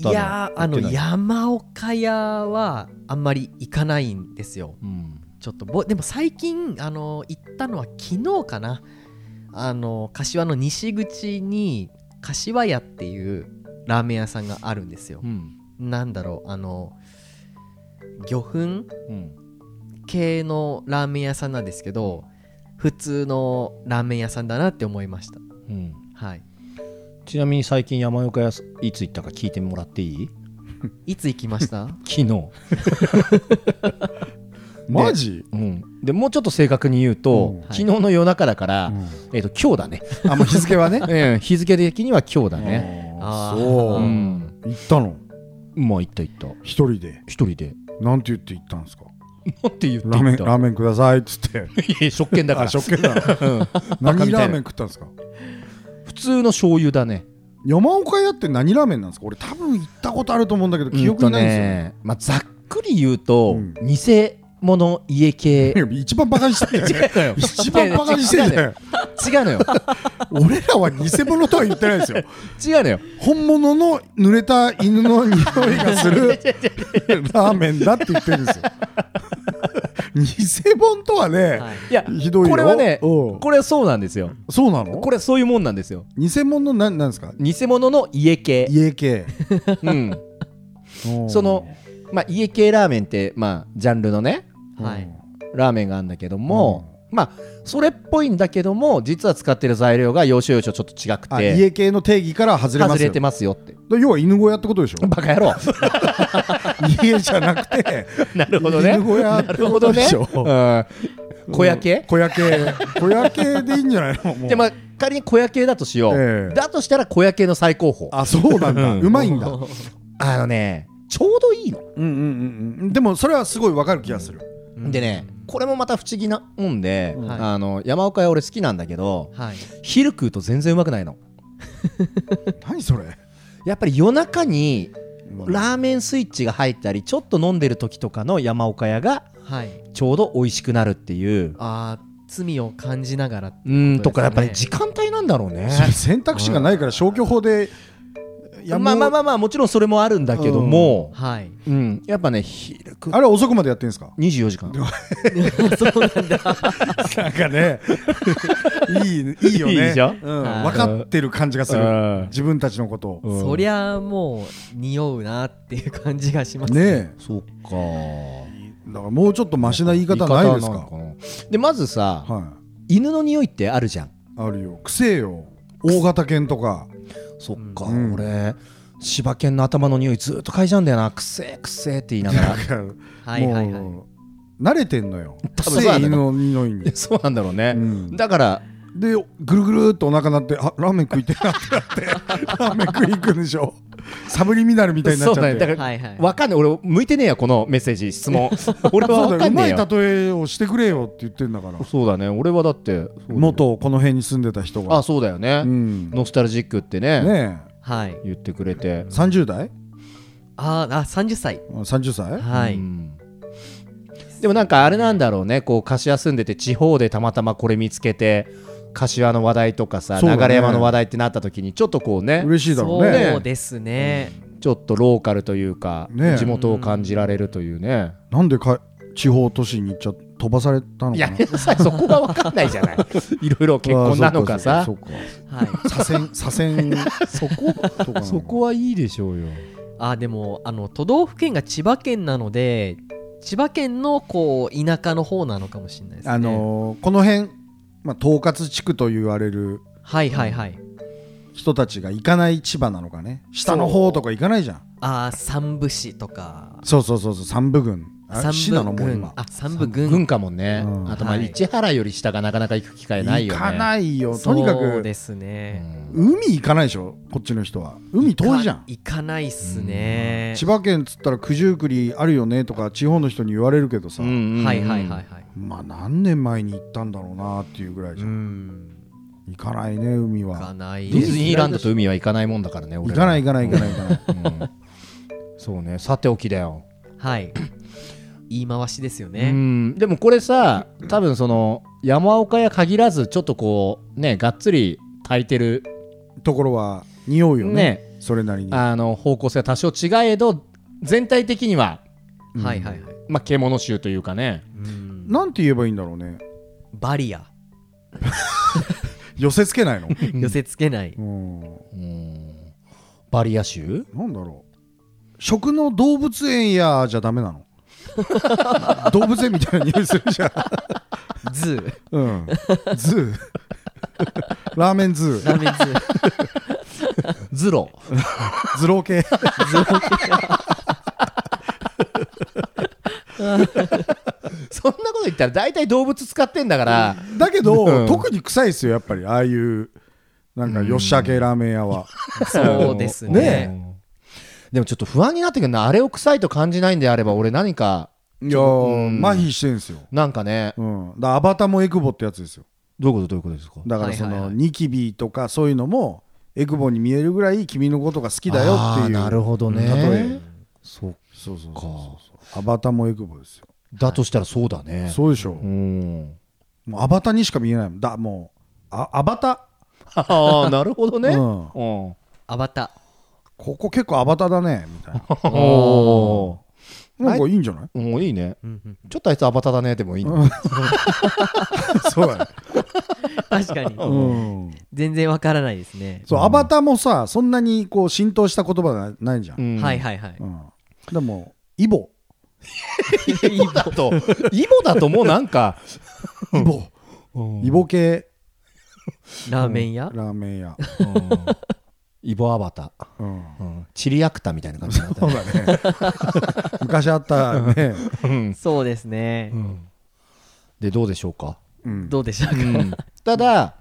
[SPEAKER 3] たの
[SPEAKER 2] いやーあ
[SPEAKER 3] 行
[SPEAKER 2] の
[SPEAKER 3] ってない
[SPEAKER 2] 山岡屋はあんまり行かないんですよ
[SPEAKER 3] うん
[SPEAKER 2] ちょっとぼでも最近あの行ったのは昨日かなあの柏の西口に柏屋っていうラーメン屋さんがあるんですよ
[SPEAKER 3] う、ん
[SPEAKER 2] なんだろうあの魚粉
[SPEAKER 3] うん
[SPEAKER 2] 系のラーメン屋さんなんですけど普通のラーメン屋さんだなって思いました
[SPEAKER 3] うん
[SPEAKER 2] はい
[SPEAKER 3] ちなみに最近山岡屋いつ行ったか聞いてもらっていい
[SPEAKER 2] いつ行きました
[SPEAKER 4] [LAUGHS]
[SPEAKER 3] 昨日、
[SPEAKER 4] マジ
[SPEAKER 3] うん、でもうちょっと正確に言うと、
[SPEAKER 4] うん
[SPEAKER 3] 昨日の夜中だから、
[SPEAKER 4] うん
[SPEAKER 3] えっと今日だね、
[SPEAKER 4] あ、もう日
[SPEAKER 3] [LAUGHS]
[SPEAKER 4] 付はね。
[SPEAKER 3] ええ日付的には今日だね、
[SPEAKER 4] あ
[SPEAKER 2] あ
[SPEAKER 4] ー
[SPEAKER 2] ー
[SPEAKER 4] そうう。
[SPEAKER 3] ん、
[SPEAKER 4] 行ったの
[SPEAKER 3] まあ行った行った
[SPEAKER 4] 一人で。
[SPEAKER 3] 一人で
[SPEAKER 4] なんて言って行ったんですか
[SPEAKER 3] なんて言って
[SPEAKER 4] ラーメ
[SPEAKER 3] 行
[SPEAKER 4] ン、
[SPEAKER 3] った
[SPEAKER 4] ラーメンくださいっつって。
[SPEAKER 3] いや食券だか
[SPEAKER 4] あ、
[SPEAKER 3] ら
[SPEAKER 4] 食券だ。
[SPEAKER 3] うん
[SPEAKER 4] [LAUGHS] 何ラーメン食ったんですか
[SPEAKER 3] 普通の醤油だね
[SPEAKER 4] 山岡屋って何ラーメンなんですか俺多分行ったことあると思うんだけど、記憶にないんですよね。
[SPEAKER 3] うんとねまあ、ざっくり言うと、
[SPEAKER 4] うん
[SPEAKER 3] 偽物家
[SPEAKER 4] [LAUGHS]
[SPEAKER 3] 系
[SPEAKER 4] いや一番バカに
[SPEAKER 3] [LAUGHS]
[SPEAKER 4] してるじゃん
[SPEAKER 3] 違うのよ
[SPEAKER 4] 一番バカにしてるじ
[SPEAKER 3] 違
[SPEAKER 4] ゃん
[SPEAKER 3] うのよ
[SPEAKER 4] 俺らは偽物とは言ってないですよ
[SPEAKER 3] 違うのよ
[SPEAKER 4] 本物の濡れた犬の匂いが
[SPEAKER 3] [LAUGHS]
[SPEAKER 4] するラーメンだって言ってるんですよ偽物とはね、
[SPEAKER 2] はい
[SPEAKER 3] いや
[SPEAKER 4] ひどいよ
[SPEAKER 3] これはね
[SPEAKER 4] うん
[SPEAKER 3] これはそうなんですよ
[SPEAKER 4] そうなの
[SPEAKER 3] これはそういうもんなんですよ
[SPEAKER 4] 偽物の何なんですか
[SPEAKER 3] 偽物の家系、
[SPEAKER 4] [LAUGHS] 家系
[SPEAKER 3] うん
[SPEAKER 4] う
[SPEAKER 3] [LAUGHS]
[SPEAKER 4] ん
[SPEAKER 3] そのまあ、家系ラーメンって、まあ、ジャンルのね
[SPEAKER 2] はい
[SPEAKER 3] ラーメンがあるんだけども、まあそれっぽいんだけども実は使ってる材料が要所要所ちょっと違く
[SPEAKER 4] あ
[SPEAKER 3] て
[SPEAKER 4] 家系の定義から外れま
[SPEAKER 3] 外
[SPEAKER 4] すよ
[SPEAKER 3] れてますよって [LAUGHS]
[SPEAKER 4] だ要は犬小屋ってことでしょ
[SPEAKER 3] バカ野郎
[SPEAKER 4] 家じゃなくて
[SPEAKER 3] なるほどね
[SPEAKER 4] 犬小屋って
[SPEAKER 3] なるほ
[SPEAKER 4] こ
[SPEAKER 3] ど
[SPEAKER 4] と
[SPEAKER 3] ね
[SPEAKER 4] でしょ、
[SPEAKER 3] うん小屋系、
[SPEAKER 4] 小屋系小屋系でいいんじゃないのもう
[SPEAKER 3] でまあ仮に小屋系だとしよう、
[SPEAKER 4] ええ
[SPEAKER 3] だとしたら小屋系の最高峰あ
[SPEAKER 4] あそうなんだ、
[SPEAKER 3] う
[SPEAKER 4] うんまいんだうん
[SPEAKER 3] のねちょうどいいの、
[SPEAKER 4] うんうんうんでもそれはすごいわかる気がする、
[SPEAKER 3] でねこれもまた不思議なもんで、
[SPEAKER 2] はい
[SPEAKER 3] あの山岡屋俺好きなんだけど
[SPEAKER 2] はい
[SPEAKER 3] 昼食うと全然うまくないの
[SPEAKER 4] 何それ
[SPEAKER 3] やっぱり夜中に
[SPEAKER 4] ラ
[SPEAKER 3] ラーメンスイッチが入ったりちょっと飲んでる時とかの山岡屋が
[SPEAKER 2] はい
[SPEAKER 3] ちょうど美味しくなるっていう
[SPEAKER 2] あー罪を感じながら
[SPEAKER 3] うんとかやっぱり
[SPEAKER 2] そうです
[SPEAKER 3] 時
[SPEAKER 2] ね
[SPEAKER 3] 間帯なんだろうね
[SPEAKER 4] それ選択肢がないから消去法で
[SPEAKER 3] [LAUGHS]
[SPEAKER 4] や
[SPEAKER 3] まあまあま
[SPEAKER 4] あ
[SPEAKER 3] あまあもちろんそれもあるんだけども、
[SPEAKER 4] [LAUGHS]
[SPEAKER 2] はい
[SPEAKER 3] うん、やっぱね昼食
[SPEAKER 4] あれ遅くまでやって
[SPEAKER 3] [LAUGHS]
[SPEAKER 4] んですか
[SPEAKER 3] 24時間
[SPEAKER 4] なんかねいいいいよね
[SPEAKER 3] いいでしょ
[SPEAKER 4] うん、
[SPEAKER 2] はい
[SPEAKER 4] 分かってる感じがす
[SPEAKER 3] う
[SPEAKER 4] る
[SPEAKER 3] ん
[SPEAKER 4] 自分たちのことを
[SPEAKER 3] うん
[SPEAKER 2] そりゃもう匂うなっていう感じがします
[SPEAKER 4] ね
[SPEAKER 3] そっか
[SPEAKER 4] えだからもうちょっとマシな言い方ないですか
[SPEAKER 3] 言い方なのなでまずさ、
[SPEAKER 4] は
[SPEAKER 3] 犬の匂いってあるじゃん
[SPEAKER 4] いあるよくせえよ大型犬とか
[SPEAKER 3] そっか、
[SPEAKER 4] うん
[SPEAKER 3] 俺柴犬の頭の匂いずっと嗅いじゃうんだよなくせえくせえって言いながら
[SPEAKER 2] はいはいはい
[SPEAKER 4] もう慣れてんのよ
[SPEAKER 3] 多
[SPEAKER 4] く
[SPEAKER 3] 分そう
[SPEAKER 4] せえ
[SPEAKER 3] なんだ
[SPEAKER 4] 犬
[SPEAKER 3] ろ
[SPEAKER 4] の匂いに
[SPEAKER 3] [LAUGHS] そうなんだろうね、
[SPEAKER 4] うん
[SPEAKER 3] だから
[SPEAKER 4] でぐるぐるっとお腹鳴ってあラーメン食いてえなってなってラーメン食いに行くんでしょサブリミナルみたいになっちゃっ
[SPEAKER 3] そうだ
[SPEAKER 4] て
[SPEAKER 3] ね
[SPEAKER 2] はいはい
[SPEAKER 3] わかんねえ俺向いてねえやこのメッセージ質問俺は
[SPEAKER 4] そう
[SPEAKER 3] わ
[SPEAKER 4] だ
[SPEAKER 3] か
[SPEAKER 4] ようん
[SPEAKER 3] ね
[SPEAKER 4] ま
[SPEAKER 3] え
[SPEAKER 4] い
[SPEAKER 3] よ
[SPEAKER 4] 例えをしてくれよって言ってんだから
[SPEAKER 3] そうだね俺はだって
[SPEAKER 4] 元この辺に住んでた人が
[SPEAKER 3] あそうだよね、
[SPEAKER 4] うんね
[SPEAKER 3] ノスタルジックってね
[SPEAKER 4] え
[SPEAKER 2] はい
[SPEAKER 3] 言ってくれて、
[SPEAKER 4] 30代
[SPEAKER 2] あーあ30歳
[SPEAKER 4] あ30歳
[SPEAKER 2] は
[SPEAKER 3] う
[SPEAKER 2] い
[SPEAKER 3] んでもなんかあれなんだろうねこう柏住んでて地方でたまたまこれ見つけて柏の話題とかさ、
[SPEAKER 4] そうだね
[SPEAKER 3] 流山の話題ってなった時にちょっとこうね
[SPEAKER 4] 嬉しいだろう
[SPEAKER 2] そう
[SPEAKER 4] ね
[SPEAKER 2] ですね
[SPEAKER 3] ちょっとローカルというか、
[SPEAKER 4] ね
[SPEAKER 3] 地元を感じられるというね、
[SPEAKER 4] なんでか地方都市に行っちゃ飛ばされたの
[SPEAKER 3] い
[SPEAKER 4] か
[SPEAKER 3] や
[SPEAKER 4] な
[SPEAKER 3] めんなさいそこが分かんないじゃ
[SPEAKER 4] [LAUGHS]
[SPEAKER 3] ないいろいろ結婚なのか
[SPEAKER 4] あ
[SPEAKER 3] さ
[SPEAKER 4] そっかそっか
[SPEAKER 2] はい
[SPEAKER 4] 左遷左遷そことかなの
[SPEAKER 3] そこはいいでしょうよ
[SPEAKER 2] あでもあの都道府県が千葉県なので千葉県のこう田舎の方なのかもしれないですね
[SPEAKER 4] あのーこの辺まあ統括地区と言われる
[SPEAKER 2] はいはいはい
[SPEAKER 4] 人たちが行かない千葉なのかね下の方とか行かないじゃん
[SPEAKER 2] あー三部市とか
[SPEAKER 4] そうそうそうそう三部郡あ
[SPEAKER 2] 三
[SPEAKER 4] 市なの
[SPEAKER 2] 部
[SPEAKER 4] もう
[SPEAKER 2] 郡
[SPEAKER 4] 今
[SPEAKER 2] あ三部郡
[SPEAKER 3] 軍かもね、
[SPEAKER 4] うん
[SPEAKER 3] あとまあ
[SPEAKER 2] はい
[SPEAKER 3] 市原より下がなかなか行く機会ないよ
[SPEAKER 4] 行
[SPEAKER 3] ね
[SPEAKER 4] かないよ
[SPEAKER 2] そ
[SPEAKER 4] とにか
[SPEAKER 2] う
[SPEAKER 4] く
[SPEAKER 2] ですね
[SPEAKER 4] 海行かないでしょこっちの人は海遠いじゃん
[SPEAKER 2] 行かないっすね
[SPEAKER 4] 千葉県っつったら九十九里あるよねとか地方の人に言われるけどさ、
[SPEAKER 3] うんうんうん
[SPEAKER 2] はいはいはいはい
[SPEAKER 4] まあ何年前に行ったんだろうなっていうぐらいじゃ、
[SPEAKER 2] うんん
[SPEAKER 4] 行かないね海
[SPEAKER 2] 行か
[SPEAKER 4] は
[SPEAKER 2] ない
[SPEAKER 3] ディズニーランドと海は行かないもんだからね
[SPEAKER 4] 行
[SPEAKER 3] 俺
[SPEAKER 4] かない行かない行かない行か [LAUGHS] ない
[SPEAKER 3] うんそうねさておきだよ、
[SPEAKER 2] はい言い回しですよ
[SPEAKER 3] う
[SPEAKER 2] ね
[SPEAKER 3] んでもこれさ多分その山岡屋限らずちょっとこうねがっつり炊いてる
[SPEAKER 4] ところは匂うよ
[SPEAKER 3] ね
[SPEAKER 4] ねそれなりに
[SPEAKER 3] あの方向性は多少違えど全体的には、
[SPEAKER 2] はいはいはい
[SPEAKER 3] まあ、獣臭というかね
[SPEAKER 4] なんて言えばいいんだろうね
[SPEAKER 2] バリア
[SPEAKER 4] 寄せつけ [LAUGHS] ないの
[SPEAKER 2] 寄せつけない
[SPEAKER 4] うん
[SPEAKER 3] バリア臭
[SPEAKER 4] なんだろう食の動物園やじゃダメなの動物園みたいな匂いするじゃん、
[SPEAKER 2] ズー
[SPEAKER 4] うん、ズーラーメンズ
[SPEAKER 2] ラ
[SPEAKER 4] ー
[SPEAKER 2] ーメンズ
[SPEAKER 4] [LAUGHS]
[SPEAKER 2] ー
[SPEAKER 3] ズロ [LAUGHS]
[SPEAKER 4] ズロー系
[SPEAKER 3] そんなこと言ったら大体動物使ってんだから
[SPEAKER 4] だけど、
[SPEAKER 3] うん
[SPEAKER 4] 特に臭いですよやっぱりああいうなんかよっしゃ系ラーメン屋は、
[SPEAKER 2] そうですね
[SPEAKER 3] でもちょっと不安になってくるなあれを臭いと感じないんであれば俺何か
[SPEAKER 4] いやー、麻痺してんですよ、
[SPEAKER 3] なんかね
[SPEAKER 4] うん、だからアバタもエクボってやつですよ
[SPEAKER 3] どういうことどういうことですか
[SPEAKER 4] だからその、
[SPEAKER 2] はいはいはい
[SPEAKER 4] ニキビとかそういうのもエクボに見えるぐらい君のことが好きだよっていう
[SPEAKER 3] なるほどね
[SPEAKER 4] 例え
[SPEAKER 3] そっ
[SPEAKER 4] そうそうそ
[SPEAKER 3] か
[SPEAKER 4] うアバタもエクボですよ、
[SPEAKER 3] だとしたらそうだね
[SPEAKER 4] そうでしょう、
[SPEAKER 3] うん
[SPEAKER 4] もうアバタにしか見えないもんだもうあアバタ、
[SPEAKER 3] ああなるほどね、
[SPEAKER 4] うん、
[SPEAKER 3] お
[SPEAKER 2] アバタ
[SPEAKER 4] ここ結構アバタだねみた [LAUGHS] いな
[SPEAKER 3] お
[SPEAKER 4] なんかいいんじゃない
[SPEAKER 3] もういいね、ちょっとあいつアバターだねでもいいね、
[SPEAKER 4] [LAUGHS] そうだね、
[SPEAKER 2] 確かに
[SPEAKER 4] [LAUGHS] うん、
[SPEAKER 2] 全然わからないですね
[SPEAKER 4] そうアバタもさそんなにこう浸透した言葉じゃないじゃん、
[SPEAKER 3] うん
[SPEAKER 2] はいはいはい
[SPEAKER 4] うんでもイボ
[SPEAKER 3] イボだとイボだともうなんか
[SPEAKER 4] イボイボ系
[SPEAKER 2] ラーメン屋
[SPEAKER 4] ラーメン屋、
[SPEAKER 3] イボアバター、
[SPEAKER 4] うん、
[SPEAKER 3] うんチリアクタみたいな感じになった
[SPEAKER 4] [LAUGHS] そうだね [LAUGHS] 昔あったね、
[SPEAKER 2] そうですね
[SPEAKER 3] でどうでしょうか、
[SPEAKER 4] うん、
[SPEAKER 2] どうでしたか
[SPEAKER 3] [LAUGHS] ただ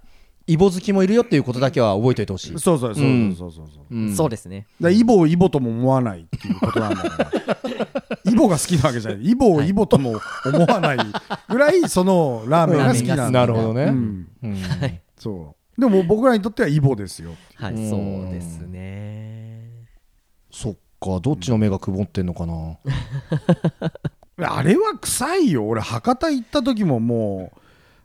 [SPEAKER 3] イボ好きもいるよっていうことだけは覚えておいてほしい、
[SPEAKER 4] そうそうそうそう
[SPEAKER 3] うん
[SPEAKER 4] そうそうそう、
[SPEAKER 3] うん
[SPEAKER 2] そうですね
[SPEAKER 4] だからイボをイボとも思わないっていうこと [LAUGHS] なんだからイボが好きなわけじゃないイボをイボとも思わないぐらいそのラーメンが好きなんだ
[SPEAKER 3] なるほどね、
[SPEAKER 4] うん
[SPEAKER 3] うん
[SPEAKER 4] そうでも僕らにとってはイボですよ
[SPEAKER 2] はい
[SPEAKER 3] うん
[SPEAKER 2] そうですね
[SPEAKER 3] そっかどっちの目が曇ってんのかな
[SPEAKER 4] あれは臭いよ俺博多行った時もも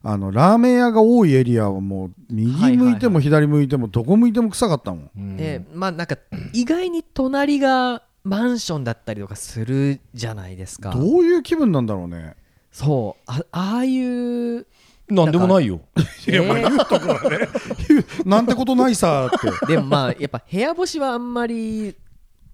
[SPEAKER 4] うあのラーメン屋が多いエリアはもう右向いても左向いてもどこ向いても臭かったもん、 [LAUGHS]
[SPEAKER 2] でまあなんか意外に隣がマンションだったりとかするじゃないですか
[SPEAKER 4] どういう気分なんだろうね
[SPEAKER 2] そうあああいう
[SPEAKER 3] なんでもないよ
[SPEAKER 2] いや
[SPEAKER 4] なんてことないさって [LAUGHS]
[SPEAKER 2] でもまあやっぱ部屋干しはあんまり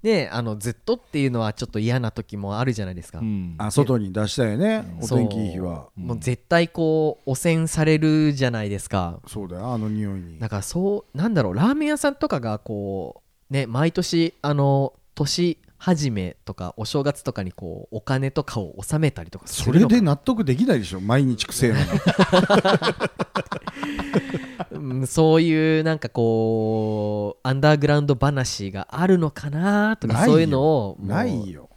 [SPEAKER 2] ねあのずっとっていうのはちょっと嫌な時もあるじゃないですか、
[SPEAKER 3] うん
[SPEAKER 4] あ外に出したいねお
[SPEAKER 2] そう
[SPEAKER 4] 天気いい日は
[SPEAKER 2] もう絶対こう汚染されるじゃないですか
[SPEAKER 4] そうだよあの匂いに
[SPEAKER 2] だからそうなんだろうラーメン屋さんとかがこうね毎年あの年始めとかお正月とかにこうお金とかを納めたりとかす
[SPEAKER 4] そ
[SPEAKER 2] る
[SPEAKER 4] れ
[SPEAKER 2] の
[SPEAKER 4] で納得できないでしょ毎日くせえのに
[SPEAKER 2] うんそういうなんかこうアンダーグラウンド話があるのかなとか
[SPEAKER 4] ない
[SPEAKER 2] [LAUGHS]
[SPEAKER 4] よ
[SPEAKER 2] そういうのをもう
[SPEAKER 4] ないよ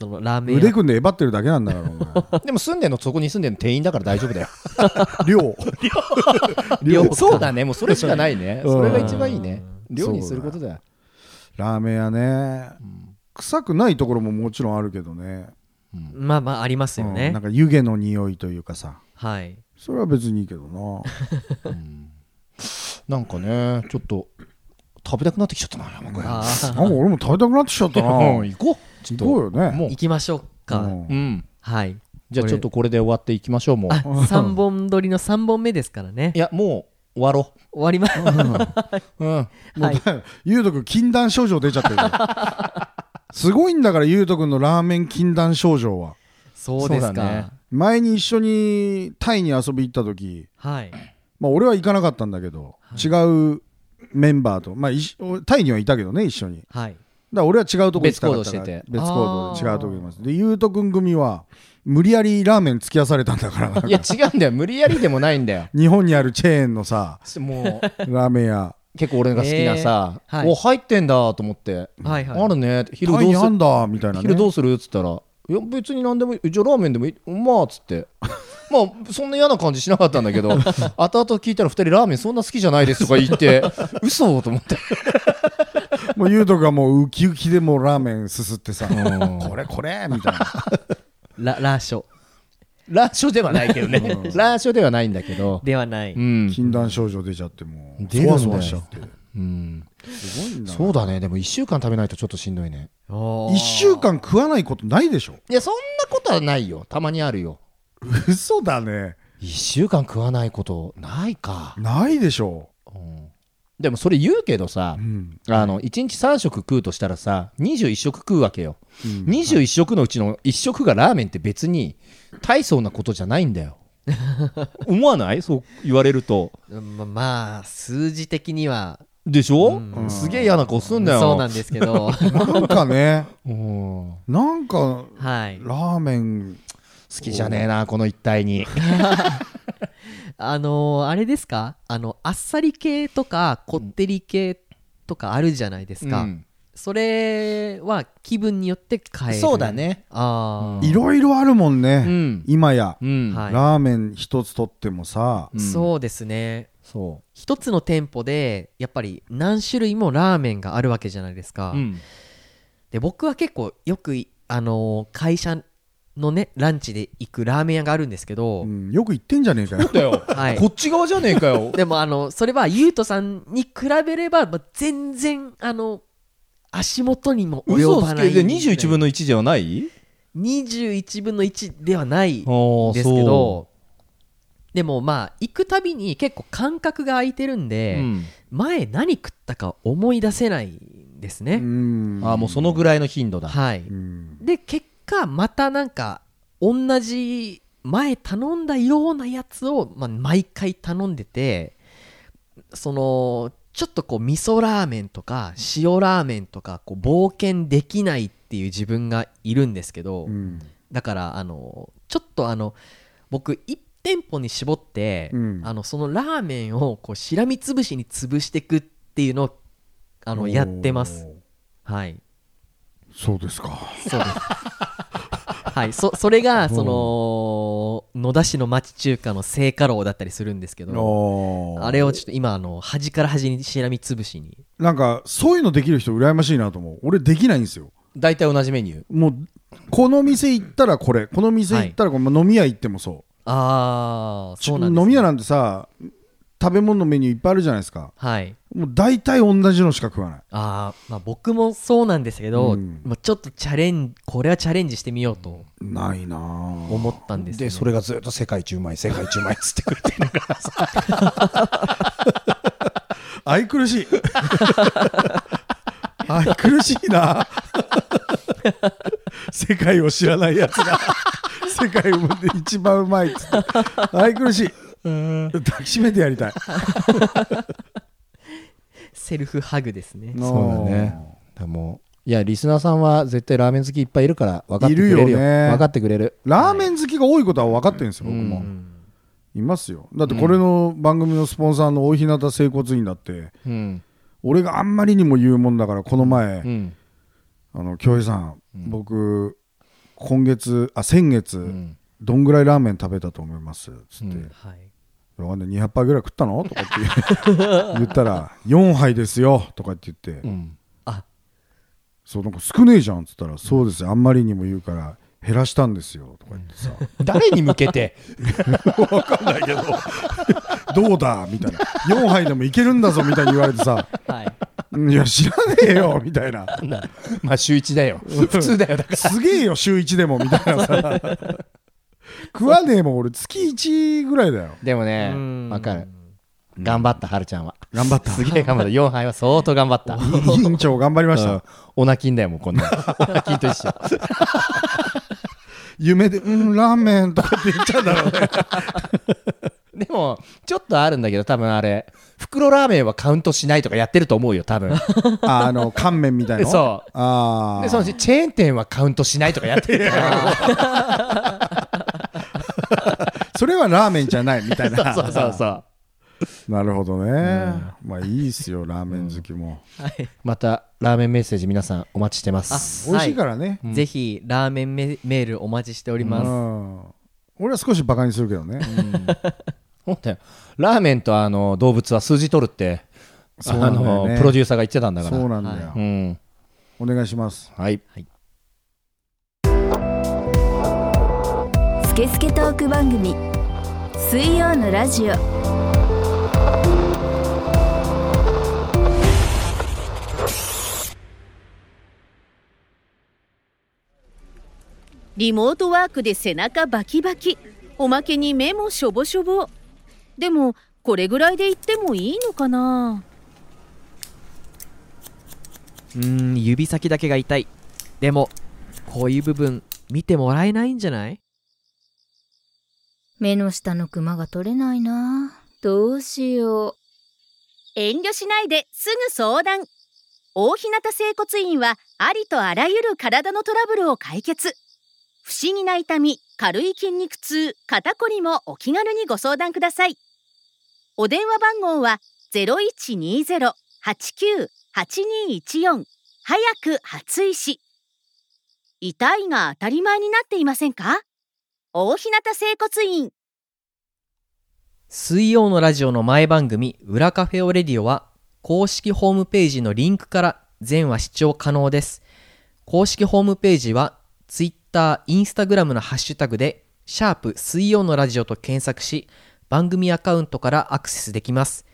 [SPEAKER 2] そのラーメン屋
[SPEAKER 4] 腕組んでえばってるだけなんだからお
[SPEAKER 3] でも住んでんのそこに住んでんの店員だから大丈夫だ
[SPEAKER 4] [LAUGHS]
[SPEAKER 3] よ
[SPEAKER 2] [LAUGHS]
[SPEAKER 4] 前量
[SPEAKER 2] 量か
[SPEAKER 3] そうだねもうそれしかないね、
[SPEAKER 4] うん
[SPEAKER 3] それが一番いいね
[SPEAKER 4] うん
[SPEAKER 3] 量にすることだよ
[SPEAKER 4] ラーメン屋ね臭くないところももちろんあるけどね
[SPEAKER 2] まあまあありますよね、
[SPEAKER 4] うんなんか湯気の匂いというかさ
[SPEAKER 2] はい
[SPEAKER 4] それは別にいいけどな
[SPEAKER 3] なんかねちょっと食べたくなってきちゃったな山小屋
[SPEAKER 2] あー
[SPEAKER 4] なんか俺も食べたくなってきちゃったな
[SPEAKER 3] うん
[SPEAKER 2] [LAUGHS]
[SPEAKER 4] 行
[SPEAKER 3] 行こうちょっと
[SPEAKER 4] こうよね
[SPEAKER 3] もう
[SPEAKER 2] 行きましょうか、
[SPEAKER 4] うん
[SPEAKER 3] うん
[SPEAKER 2] はい
[SPEAKER 3] じゃあちょっとこれで終わっていきましょうもう
[SPEAKER 2] あ3本撮りの3本目ですからね
[SPEAKER 3] いやもう終わろ
[SPEAKER 2] 終わります、
[SPEAKER 3] ううん
[SPEAKER 2] はい、
[SPEAKER 4] ゆうとくん禁断症状出ち
[SPEAKER 2] [LAUGHS]
[SPEAKER 4] ゃってるからすごいんだからゆうとくんのラーメン禁断症状は
[SPEAKER 2] そうです
[SPEAKER 3] そう
[SPEAKER 2] か、
[SPEAKER 3] だね
[SPEAKER 4] 前に一緒にタイに遊び行った時
[SPEAKER 2] はい
[SPEAKER 4] まあ、俺は行かなかったんだけど、違うメンバーと、まあ、いしタイにはいたけどね一緒にだか
[SPEAKER 2] はい
[SPEAKER 4] ら俺は違うとこ行きたかっ
[SPEAKER 3] 別行動し
[SPEAKER 4] た
[SPEAKER 3] て
[SPEAKER 4] から
[SPEAKER 3] て
[SPEAKER 4] 別行動で違うとこ行きますでゆうとくん組は無理やりラーメン突き出されたんだからなんか
[SPEAKER 3] いや違うんだよ無理やりでもないんだよ
[SPEAKER 4] 日本にあるチェーンのさ
[SPEAKER 3] もう
[SPEAKER 4] ラーメン屋
[SPEAKER 3] 結構俺が好きなさ「
[SPEAKER 2] えーはい
[SPEAKER 3] お入ってんだ」と思って「
[SPEAKER 2] はいはい
[SPEAKER 3] あるね」昼ど
[SPEAKER 4] タイ
[SPEAKER 3] う
[SPEAKER 4] に
[SPEAKER 3] す
[SPEAKER 4] あん
[SPEAKER 3] る
[SPEAKER 4] だみたいな、ね、
[SPEAKER 3] 昼どうする?」っつったら「いや別に何でもいいじゃあラーメンでもいいまあ」っつって [LAUGHS] まあそんな嫌な感じしなかったんだけ [LAUGHS] ど後々聞いたら2人ラーメンそんな好きじゃないですとか言 [LAUGHS] って嘘と思って
[SPEAKER 4] もうゆうとくんはもうウキウキでもうラーメンすすってさ
[SPEAKER 3] ん
[SPEAKER 4] これこれみたいな
[SPEAKER 2] ララーショ
[SPEAKER 3] ラーショではないけどねラーショではないんだけど
[SPEAKER 2] ではない、
[SPEAKER 3] うん
[SPEAKER 4] 禁断症状出ちゃってもう
[SPEAKER 3] 出るんだよ
[SPEAKER 4] そわそわしちゃって
[SPEAKER 3] うん
[SPEAKER 4] すごいんだな
[SPEAKER 3] そうだねでも1週間食べないとちょっとしんどいね
[SPEAKER 2] 1
[SPEAKER 4] 1週間食わないことないでしょ
[SPEAKER 3] いやそんなことはないよたまにあるよ
[SPEAKER 4] 嘘だね
[SPEAKER 3] 1週間食わないことないか、
[SPEAKER 4] ないでしょ
[SPEAKER 3] うんでもそれ言うけどさ
[SPEAKER 4] う、ん
[SPEAKER 3] あの1日3食食うとしたらさ21食食うわけよ、
[SPEAKER 4] うん
[SPEAKER 3] 21食のうちの1食がラーメンって別に大層なことじゃないん
[SPEAKER 2] [LAUGHS]
[SPEAKER 3] だよ思わないそう言われると
[SPEAKER 2] ままあ数字的には
[SPEAKER 3] でしょ、
[SPEAKER 2] うん
[SPEAKER 3] すげえ嫌な顔すんだよ
[SPEAKER 2] そうなんですけ
[SPEAKER 3] [LAUGHS]
[SPEAKER 2] ど
[SPEAKER 4] なんかね
[SPEAKER 3] うん好
[SPEAKER 4] なんか
[SPEAKER 2] はい
[SPEAKER 4] ラーメン
[SPEAKER 3] きじゃねえなこの一体に
[SPEAKER 2] あのーあれですかあのあっさり系とかこってり系とかあるじゃないですか、
[SPEAKER 3] うん
[SPEAKER 2] それは気分によって変える
[SPEAKER 3] そうだね
[SPEAKER 2] あ
[SPEAKER 4] いろいろあるもん
[SPEAKER 3] う
[SPEAKER 4] ね
[SPEAKER 3] ん、
[SPEAKER 4] 今や
[SPEAKER 3] うん
[SPEAKER 2] はい
[SPEAKER 4] ラーメン一つとってもさ
[SPEAKER 2] あ、そうですね
[SPEAKER 3] そ
[SPEAKER 2] 一つの店舗でやっぱり何種類もラーメンがあるわけじゃないですか、
[SPEAKER 3] う、うん
[SPEAKER 2] で僕は結構よくい、あのー会社のねランチで行くラーメン屋があるんですけど、
[SPEAKER 4] うんよく言ってんじゃねえかよ
[SPEAKER 3] だよ、
[SPEAKER 2] はい
[SPEAKER 3] こっち側じゃねえ
[SPEAKER 2] [LAUGHS]
[SPEAKER 3] かよ
[SPEAKER 2] でもあのそれはゆうとさんに比べれば、まあ、全然あの足元にも及
[SPEAKER 3] 嘘
[SPEAKER 2] ば
[SPEAKER 3] つ
[SPEAKER 2] ない
[SPEAKER 3] けで21分の1ではない
[SPEAKER 2] 21分の1ではない
[SPEAKER 3] で
[SPEAKER 2] ですけどでもまあ行くたびに結構間隔が空いてるんで、前何食ったか思い出せないんですね、
[SPEAKER 4] うん
[SPEAKER 3] ああもうそのぐらいの頻度だ、
[SPEAKER 2] はい
[SPEAKER 4] うん
[SPEAKER 2] で結果またなんか同じ前頼んだようなやつを、まあ、毎回頼んでてそのちょっとこう味噌ラーメンとか塩ラーメンとかこう冒険できないっていう自分がいるんですけど、
[SPEAKER 4] うん
[SPEAKER 2] だからあのちょっとあの僕1店舗に絞って、
[SPEAKER 4] うん
[SPEAKER 2] あのそのラーメンをこうしらみつぶしに潰していくっていうのをあのやってますはい
[SPEAKER 4] そうですか
[SPEAKER 2] そうですはいそそれがその野田市の町中華の聖火楼だったりするんですけどあれ
[SPEAKER 4] を
[SPEAKER 2] をちょっと今あの端から端にしらみつぶしに
[SPEAKER 4] なんかそういうのできる人羨ましいなと思う俺できないんですよ
[SPEAKER 3] 大体同じメニュー
[SPEAKER 4] もうこの店行ったらこれこの店行ったらこれ、まあ飲み屋行ってもそう
[SPEAKER 2] ああそうなんです、
[SPEAKER 4] 飲み屋なんてさ食べ物のメニューいっぱいあるじゃないですか
[SPEAKER 2] はい
[SPEAKER 4] もう大体同じのしか食わない
[SPEAKER 2] あーまあ僕もそうなんですけど、
[SPEAKER 4] うん
[SPEAKER 2] まあ、ちょっとチャレンこれはチャレンジしてみようと
[SPEAKER 4] ないなぁ
[SPEAKER 2] 思ったんです、ね、
[SPEAKER 3] でそれがずっと世界一うまい世界一うまいっつってくれてるからさ
[SPEAKER 4] 愛くるしい愛くるしいな世界を知らないやつが世界を一番うまいっつって愛くるしい抱きしめてやり
[SPEAKER 2] [LAUGHS]
[SPEAKER 4] たい
[SPEAKER 2] セルフハグですね
[SPEAKER 3] そうだねでもいやリスナーさんは絶対ラーメン好きいっぱいいるから分かってくれ
[SPEAKER 4] い
[SPEAKER 3] るよ
[SPEAKER 4] るよね
[SPEAKER 3] 分かってくれる
[SPEAKER 4] ラーメン好きが多いことは分かってるんですよ、僕も、いますよだってこれの番組のスポンサーの大日向整骨院だって
[SPEAKER 3] うん
[SPEAKER 4] 俺があんまりにも言うもんだからこの前、
[SPEAKER 3] うん
[SPEAKER 4] あの京平さん、僕今月あ先月、
[SPEAKER 3] うん
[SPEAKER 4] どんぐらいラーメン食べたと思いますつって、
[SPEAKER 3] う
[SPEAKER 2] は
[SPEAKER 3] ん
[SPEAKER 2] い
[SPEAKER 4] わかんない200杯ぐらい食ったのとかって [LAUGHS] 言う言ったら4杯ですよとかって言って、
[SPEAKER 3] うん
[SPEAKER 4] そうなんか少ねえじゃんっつったら、そうですよあんまりにも言うから減らしたんですよとか言って
[SPEAKER 3] [LAUGHS]
[SPEAKER 4] さ、
[SPEAKER 3] 誰に向けて [LAUGHS]
[SPEAKER 4] どうだみたいな4杯でもいけるんだぞみたいに言われてさ
[SPEAKER 2] はい
[SPEAKER 4] うんいや知らねえよみたいな
[SPEAKER 3] まあ週一だよ普通だよだか
[SPEAKER 4] すげえよ週1でもみたいなさ食わねえもん俺月1ぐらいだよ
[SPEAKER 3] らでもね
[SPEAKER 2] うん
[SPEAKER 3] 分かる頑張ったはるちゃんは
[SPEAKER 4] 頑張った
[SPEAKER 3] すげえ頑張った4杯は相当頑張った
[SPEAKER 4] 委員長頑張りまし
[SPEAKER 3] うん
[SPEAKER 4] た
[SPEAKER 3] オナキンだよもうこんなのオナキンと一緒
[SPEAKER 4] 夢で「うんラーメン」とかって言っちゃうんだろうね
[SPEAKER 3] でもちょっとあるんだけど多分あれ袋ラーメンはカウントしないとかやってると思うよ多分
[SPEAKER 4] [LAUGHS] ああの乾麺みたいな
[SPEAKER 3] [LAUGHS] そう
[SPEAKER 4] あ
[SPEAKER 3] で
[SPEAKER 4] あ
[SPEAKER 3] そのうちチェーン店はカウントしないとかやってるから
[SPEAKER 4] それはラーメンじゃないみたい [LAUGHS]
[SPEAKER 3] [LAUGHS]
[SPEAKER 4] な
[SPEAKER 3] そうそうそう
[SPEAKER 4] なるほどね、まあいいっすよラーメン好きも、
[SPEAKER 2] はい
[SPEAKER 3] またラーメンメッセージ皆さんお待ちしてます
[SPEAKER 4] 美味しいからね、
[SPEAKER 2] ぜひラーメンメメールお待ちしております、
[SPEAKER 4] うん俺は少しバカにするけどね、
[SPEAKER 3] そうだよラーメンとあの動物は数字取るって
[SPEAKER 4] そうなんだよね
[SPEAKER 3] あのプロデューサーが言ってたんだから
[SPEAKER 4] そうなんだよ、
[SPEAKER 3] うん
[SPEAKER 4] お願いします
[SPEAKER 3] はい
[SPEAKER 1] スケスケトーク番組水曜のラジオ
[SPEAKER 5] リモートワークで背中バキバキおまけに目もしょぼしょぼでもこれぐらいで行ってもいいのかな
[SPEAKER 2] うーん指先だけが痛いでもこういう部分見てもらえないんじゃない
[SPEAKER 8] 目の下のクマが取れないなどうしよ
[SPEAKER 5] 遠慮しないですぐ相談大日向整骨院はありとあらゆる体のトラブルを解決不思議な痛み軽い筋肉痛肩こりもお気軽にご相談くださいお電話番号は0120-89-8214早く初医師痛いが当たり前になっていませんか大日向整骨院
[SPEAKER 2] 水曜のラジオの前番組「裏カフェオレディオ」は公式ホームページのリンクから全話視聴可能です公式ホームページは Twitter、Instagram のハッシュタグで「シャープ水曜のラジオ」と検索し番組アカウントからアクセスできます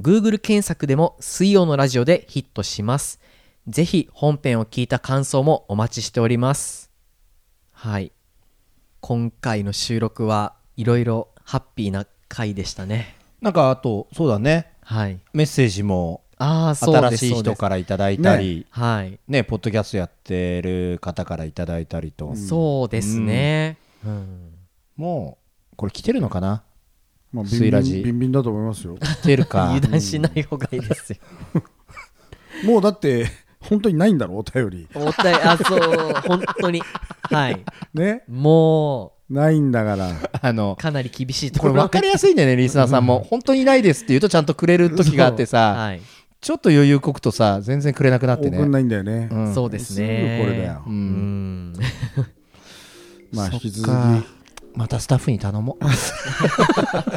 [SPEAKER 2] Google 検索でも「水曜のラジオ」でヒットしますぜひ本編を聞いた感想もお待ちしておりますはい今回の収録はいろいろハッピーな回でしたね
[SPEAKER 3] なんかあとそうだね
[SPEAKER 2] はい
[SPEAKER 3] メッセージも
[SPEAKER 2] ああそう
[SPEAKER 3] 新
[SPEAKER 2] です
[SPEAKER 3] しい
[SPEAKER 2] そうで
[SPEAKER 3] 人
[SPEAKER 2] す
[SPEAKER 3] からいただいたり
[SPEAKER 2] はい、
[SPEAKER 3] ねポッドキャストやってる方からいただいたりと、
[SPEAKER 2] そうですね、うん
[SPEAKER 3] もうこれ来てるのかな
[SPEAKER 4] まあ、ビ
[SPEAKER 3] スイ
[SPEAKER 4] ン
[SPEAKER 3] ラ
[SPEAKER 4] ビ
[SPEAKER 3] ジ
[SPEAKER 4] ンビンビンだと思いますよ
[SPEAKER 3] 来てるか
[SPEAKER 2] 油断しない方がいいです
[SPEAKER 3] [LAUGHS]
[SPEAKER 2] よ。
[SPEAKER 4] もうだって本当にないんだろお便り
[SPEAKER 2] おたえ、あ、そう、本当に。はい。
[SPEAKER 4] ね
[SPEAKER 2] も
[SPEAKER 4] ないんだから
[SPEAKER 3] あの
[SPEAKER 2] う、かなり厳しいと
[SPEAKER 3] こ
[SPEAKER 2] こ
[SPEAKER 3] れ
[SPEAKER 2] ろ
[SPEAKER 3] 分かりやすいんだよねリスナーさんも本当にないですって言うとちゃんとくれる時があってさ、
[SPEAKER 2] はい。
[SPEAKER 3] ちょっと余裕こくとさ全然くれなくなって
[SPEAKER 4] 送ん
[SPEAKER 3] ね
[SPEAKER 4] ないんだよね、
[SPEAKER 3] うん
[SPEAKER 2] そうです
[SPEAKER 4] す
[SPEAKER 2] ね。
[SPEAKER 4] ぐこれだよ
[SPEAKER 3] う
[SPEAKER 2] うんん。
[SPEAKER 4] まあ
[SPEAKER 3] そっか
[SPEAKER 4] 引き続き頑
[SPEAKER 3] またスタッフに頼もう
[SPEAKER 4] 張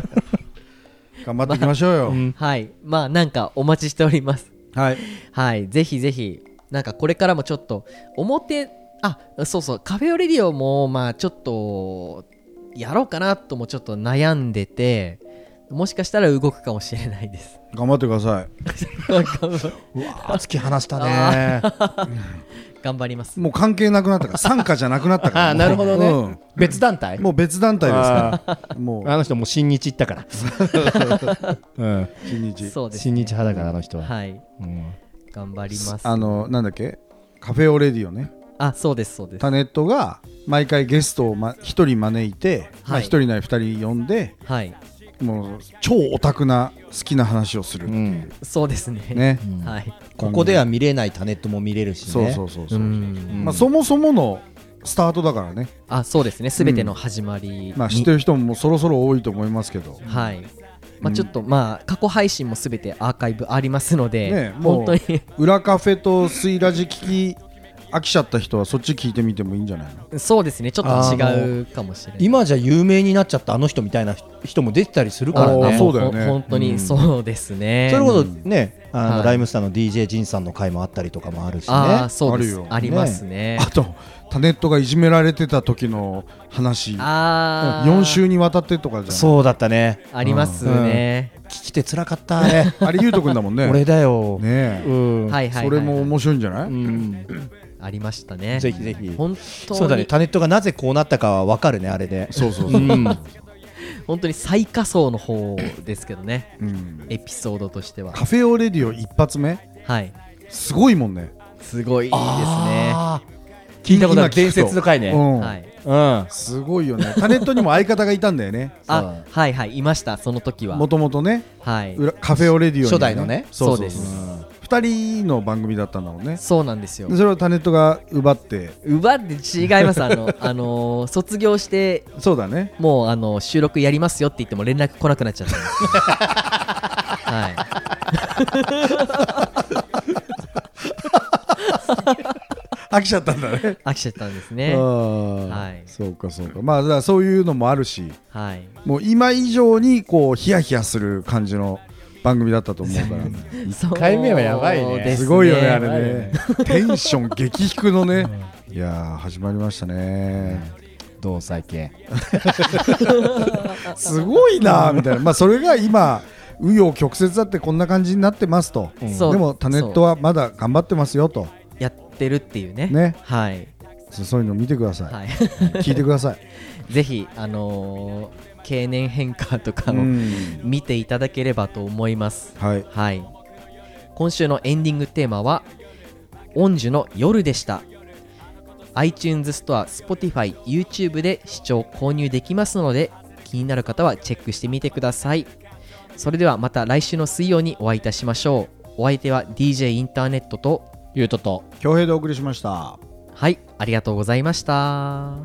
[SPEAKER 4] っていきましょうよ、
[SPEAKER 2] はい。まあ、なんかお待ちしております。
[SPEAKER 4] はい
[SPEAKER 2] はい。ぜひぜひ、なんかこれからもちょっと、表、あ、そうそう、カフェオレディオも、まあ、ちょっと、やろうかなともちょっと悩んでて、もしかしたら動くかもしれないです。 [LAUGHS]
[SPEAKER 4] 頑張ってください
[SPEAKER 3] わあ突き放したね
[SPEAKER 2] 頑張ります。
[SPEAKER 4] [LAUGHS] もう関係なくなったから参加じゃなくなったから
[SPEAKER 3] [LAUGHS] あーなるほどね、
[SPEAKER 4] うん
[SPEAKER 3] 別団体
[SPEAKER 4] もう別団体ですからも
[SPEAKER 3] [LAUGHS] あの人もう新日行ったから、うん、
[SPEAKER 4] う一日
[SPEAKER 2] そうです
[SPEAKER 3] 新日派だからあの人は、
[SPEAKER 2] はい。
[SPEAKER 3] うん
[SPEAKER 2] 頑張ります。
[SPEAKER 4] あのなんだっけカフェオレディオね
[SPEAKER 2] あ、そうです、そうです。
[SPEAKER 4] タネットが毎回ゲストをま一人招いてまあ
[SPEAKER 2] はい
[SPEAKER 4] 一人なり二人呼んで
[SPEAKER 2] はい。
[SPEAKER 4] もう超オタクな好きな話をするっていう
[SPEAKER 2] そうですね。
[SPEAKER 4] ね
[SPEAKER 2] [LAUGHS] はい。。
[SPEAKER 3] ここでは見れないタネットも見れるしね
[SPEAKER 4] そうそうそうそううんまあそもそものスタートだからね
[SPEAKER 2] あ、そうですね。すべての始まりに。
[SPEAKER 4] まあ知ってる人ももうそろそろ多いと思いますけど
[SPEAKER 2] はい。まあちょっと、まあ過去配信もすべてアーカイブありますので
[SPEAKER 4] ね、
[SPEAKER 2] 本
[SPEAKER 4] も
[SPEAKER 2] 当に
[SPEAKER 4] う裏カフェとスイラジ聞き飽きちゃった人はそっち聞いてみてもいいんじゃないの
[SPEAKER 2] そうですね。ちょっと違うかもしれない。
[SPEAKER 3] 今じゃ有名になっちゃったあの人みたいな人も出てたりするから
[SPEAKER 2] あ
[SPEAKER 3] ね
[SPEAKER 4] あーそうだよね
[SPEAKER 2] ほん本当にそうですね。
[SPEAKER 3] それこそね、あの
[SPEAKER 2] はい
[SPEAKER 3] ライムスターの DJ ジンさんの回もあったりとかもあるしね。
[SPEAKER 2] ああ、そうで
[SPEAKER 4] あ
[SPEAKER 2] す
[SPEAKER 4] るよ。
[SPEAKER 2] ありますね
[SPEAKER 4] あ。とタネットがいじめられてた時の話
[SPEAKER 2] ああ、
[SPEAKER 4] 4週にわたってとかじゃん
[SPEAKER 3] そうだったね。
[SPEAKER 2] ありますね。
[SPEAKER 3] 聞きて辛かったね。
[SPEAKER 4] あれゆうとくんだもんね
[SPEAKER 3] 俺だよ。
[SPEAKER 4] ね
[SPEAKER 3] う
[SPEAKER 4] え
[SPEAKER 3] ん。
[SPEAKER 2] はいはいはい。
[SPEAKER 4] それも面白いんじゃな
[SPEAKER 3] う
[SPEAKER 4] い
[SPEAKER 3] ん。
[SPEAKER 2] ありましたね。
[SPEAKER 3] ぜひぜひ。
[SPEAKER 2] 本
[SPEAKER 3] そう
[SPEAKER 2] 当
[SPEAKER 3] だね。
[SPEAKER 2] に
[SPEAKER 3] タネットがなぜこうなったかはわかるねあれで。
[SPEAKER 4] そうそう
[SPEAKER 3] う
[SPEAKER 4] そ
[SPEAKER 3] [LAUGHS]
[SPEAKER 4] う、
[SPEAKER 3] ん。
[SPEAKER 2] 本当に最下層の方ですけどね
[SPEAKER 4] うん
[SPEAKER 2] エピソードとしては
[SPEAKER 4] カフェオレディオ一発目
[SPEAKER 2] はい
[SPEAKER 4] すごいもんね
[SPEAKER 2] すごいですね
[SPEAKER 3] あー聞いたことあ
[SPEAKER 4] 今聞
[SPEAKER 3] る
[SPEAKER 4] くと
[SPEAKER 3] 伝説の回ね。
[SPEAKER 4] うん、
[SPEAKER 2] はい
[SPEAKER 3] うん。
[SPEAKER 4] すごいよねタネットにも相方がいたんだ
[SPEAKER 3] [LAUGHS]
[SPEAKER 4] よね
[SPEAKER 2] あはいはいいましたその時は
[SPEAKER 4] もともとね
[SPEAKER 2] はい
[SPEAKER 4] 裏カフェオレディオにも、
[SPEAKER 3] 初代のね
[SPEAKER 4] そう
[SPEAKER 2] そう
[SPEAKER 4] そう
[SPEAKER 2] で
[SPEAKER 4] そう
[SPEAKER 2] す
[SPEAKER 4] 2人の番組だったんだもんね
[SPEAKER 2] そうなんですよ
[SPEAKER 4] でそれをタネットが奪って
[SPEAKER 2] 奪って違いますあのあのー卒業して
[SPEAKER 4] そうだね
[SPEAKER 2] もうあの収録やりますよって言っても連絡来なくなっちゃったんですはい
[SPEAKER 4] 飽きちゃったんだね
[SPEAKER 2] 飽きちゃったんです
[SPEAKER 4] あ
[SPEAKER 2] ね
[SPEAKER 4] ー
[SPEAKER 2] はい
[SPEAKER 4] そうかそうかまあだからそういうのもあるし
[SPEAKER 2] はい
[SPEAKER 4] もう今以上にこうヒヤヒヤする感じの番組だったと思うから
[SPEAKER 2] 1
[SPEAKER 3] 回目はやばいね
[SPEAKER 4] すごいよねあれ
[SPEAKER 3] やばい
[SPEAKER 4] ね
[SPEAKER 3] ね
[SPEAKER 4] テンション激低のねいやー始まりましたね
[SPEAKER 3] 同債系。
[SPEAKER 4] すごいなーみたいなまあそれが今紆余曲折だってこんな感じになってますと、
[SPEAKER 2] ん
[SPEAKER 4] でもタネットはまだ頑張ってますよと
[SPEAKER 2] やってるっていうね
[SPEAKER 4] ね
[SPEAKER 2] はい
[SPEAKER 4] そうそういうの見てください、
[SPEAKER 2] はい、 [LAUGHS]
[SPEAKER 4] 聞いてください、
[SPEAKER 2] ぜひ、あのー経年変化とか
[SPEAKER 4] う
[SPEAKER 2] を
[SPEAKER 4] ん
[SPEAKER 2] 見ていただければと思います。
[SPEAKER 4] はい
[SPEAKER 2] はい。今週のエンディングテーマは、オンジュの夜でした。iTunes ストア、Spotify、YouTube で視聴、購入できますので、気になる方はチェックしてみてください。それではまた来週の水曜にお会いいたしましょう。お相手は DJ インターネットと、
[SPEAKER 3] ゆうとと
[SPEAKER 4] 恭平でお送りしました
[SPEAKER 2] はい、ありがとうございました。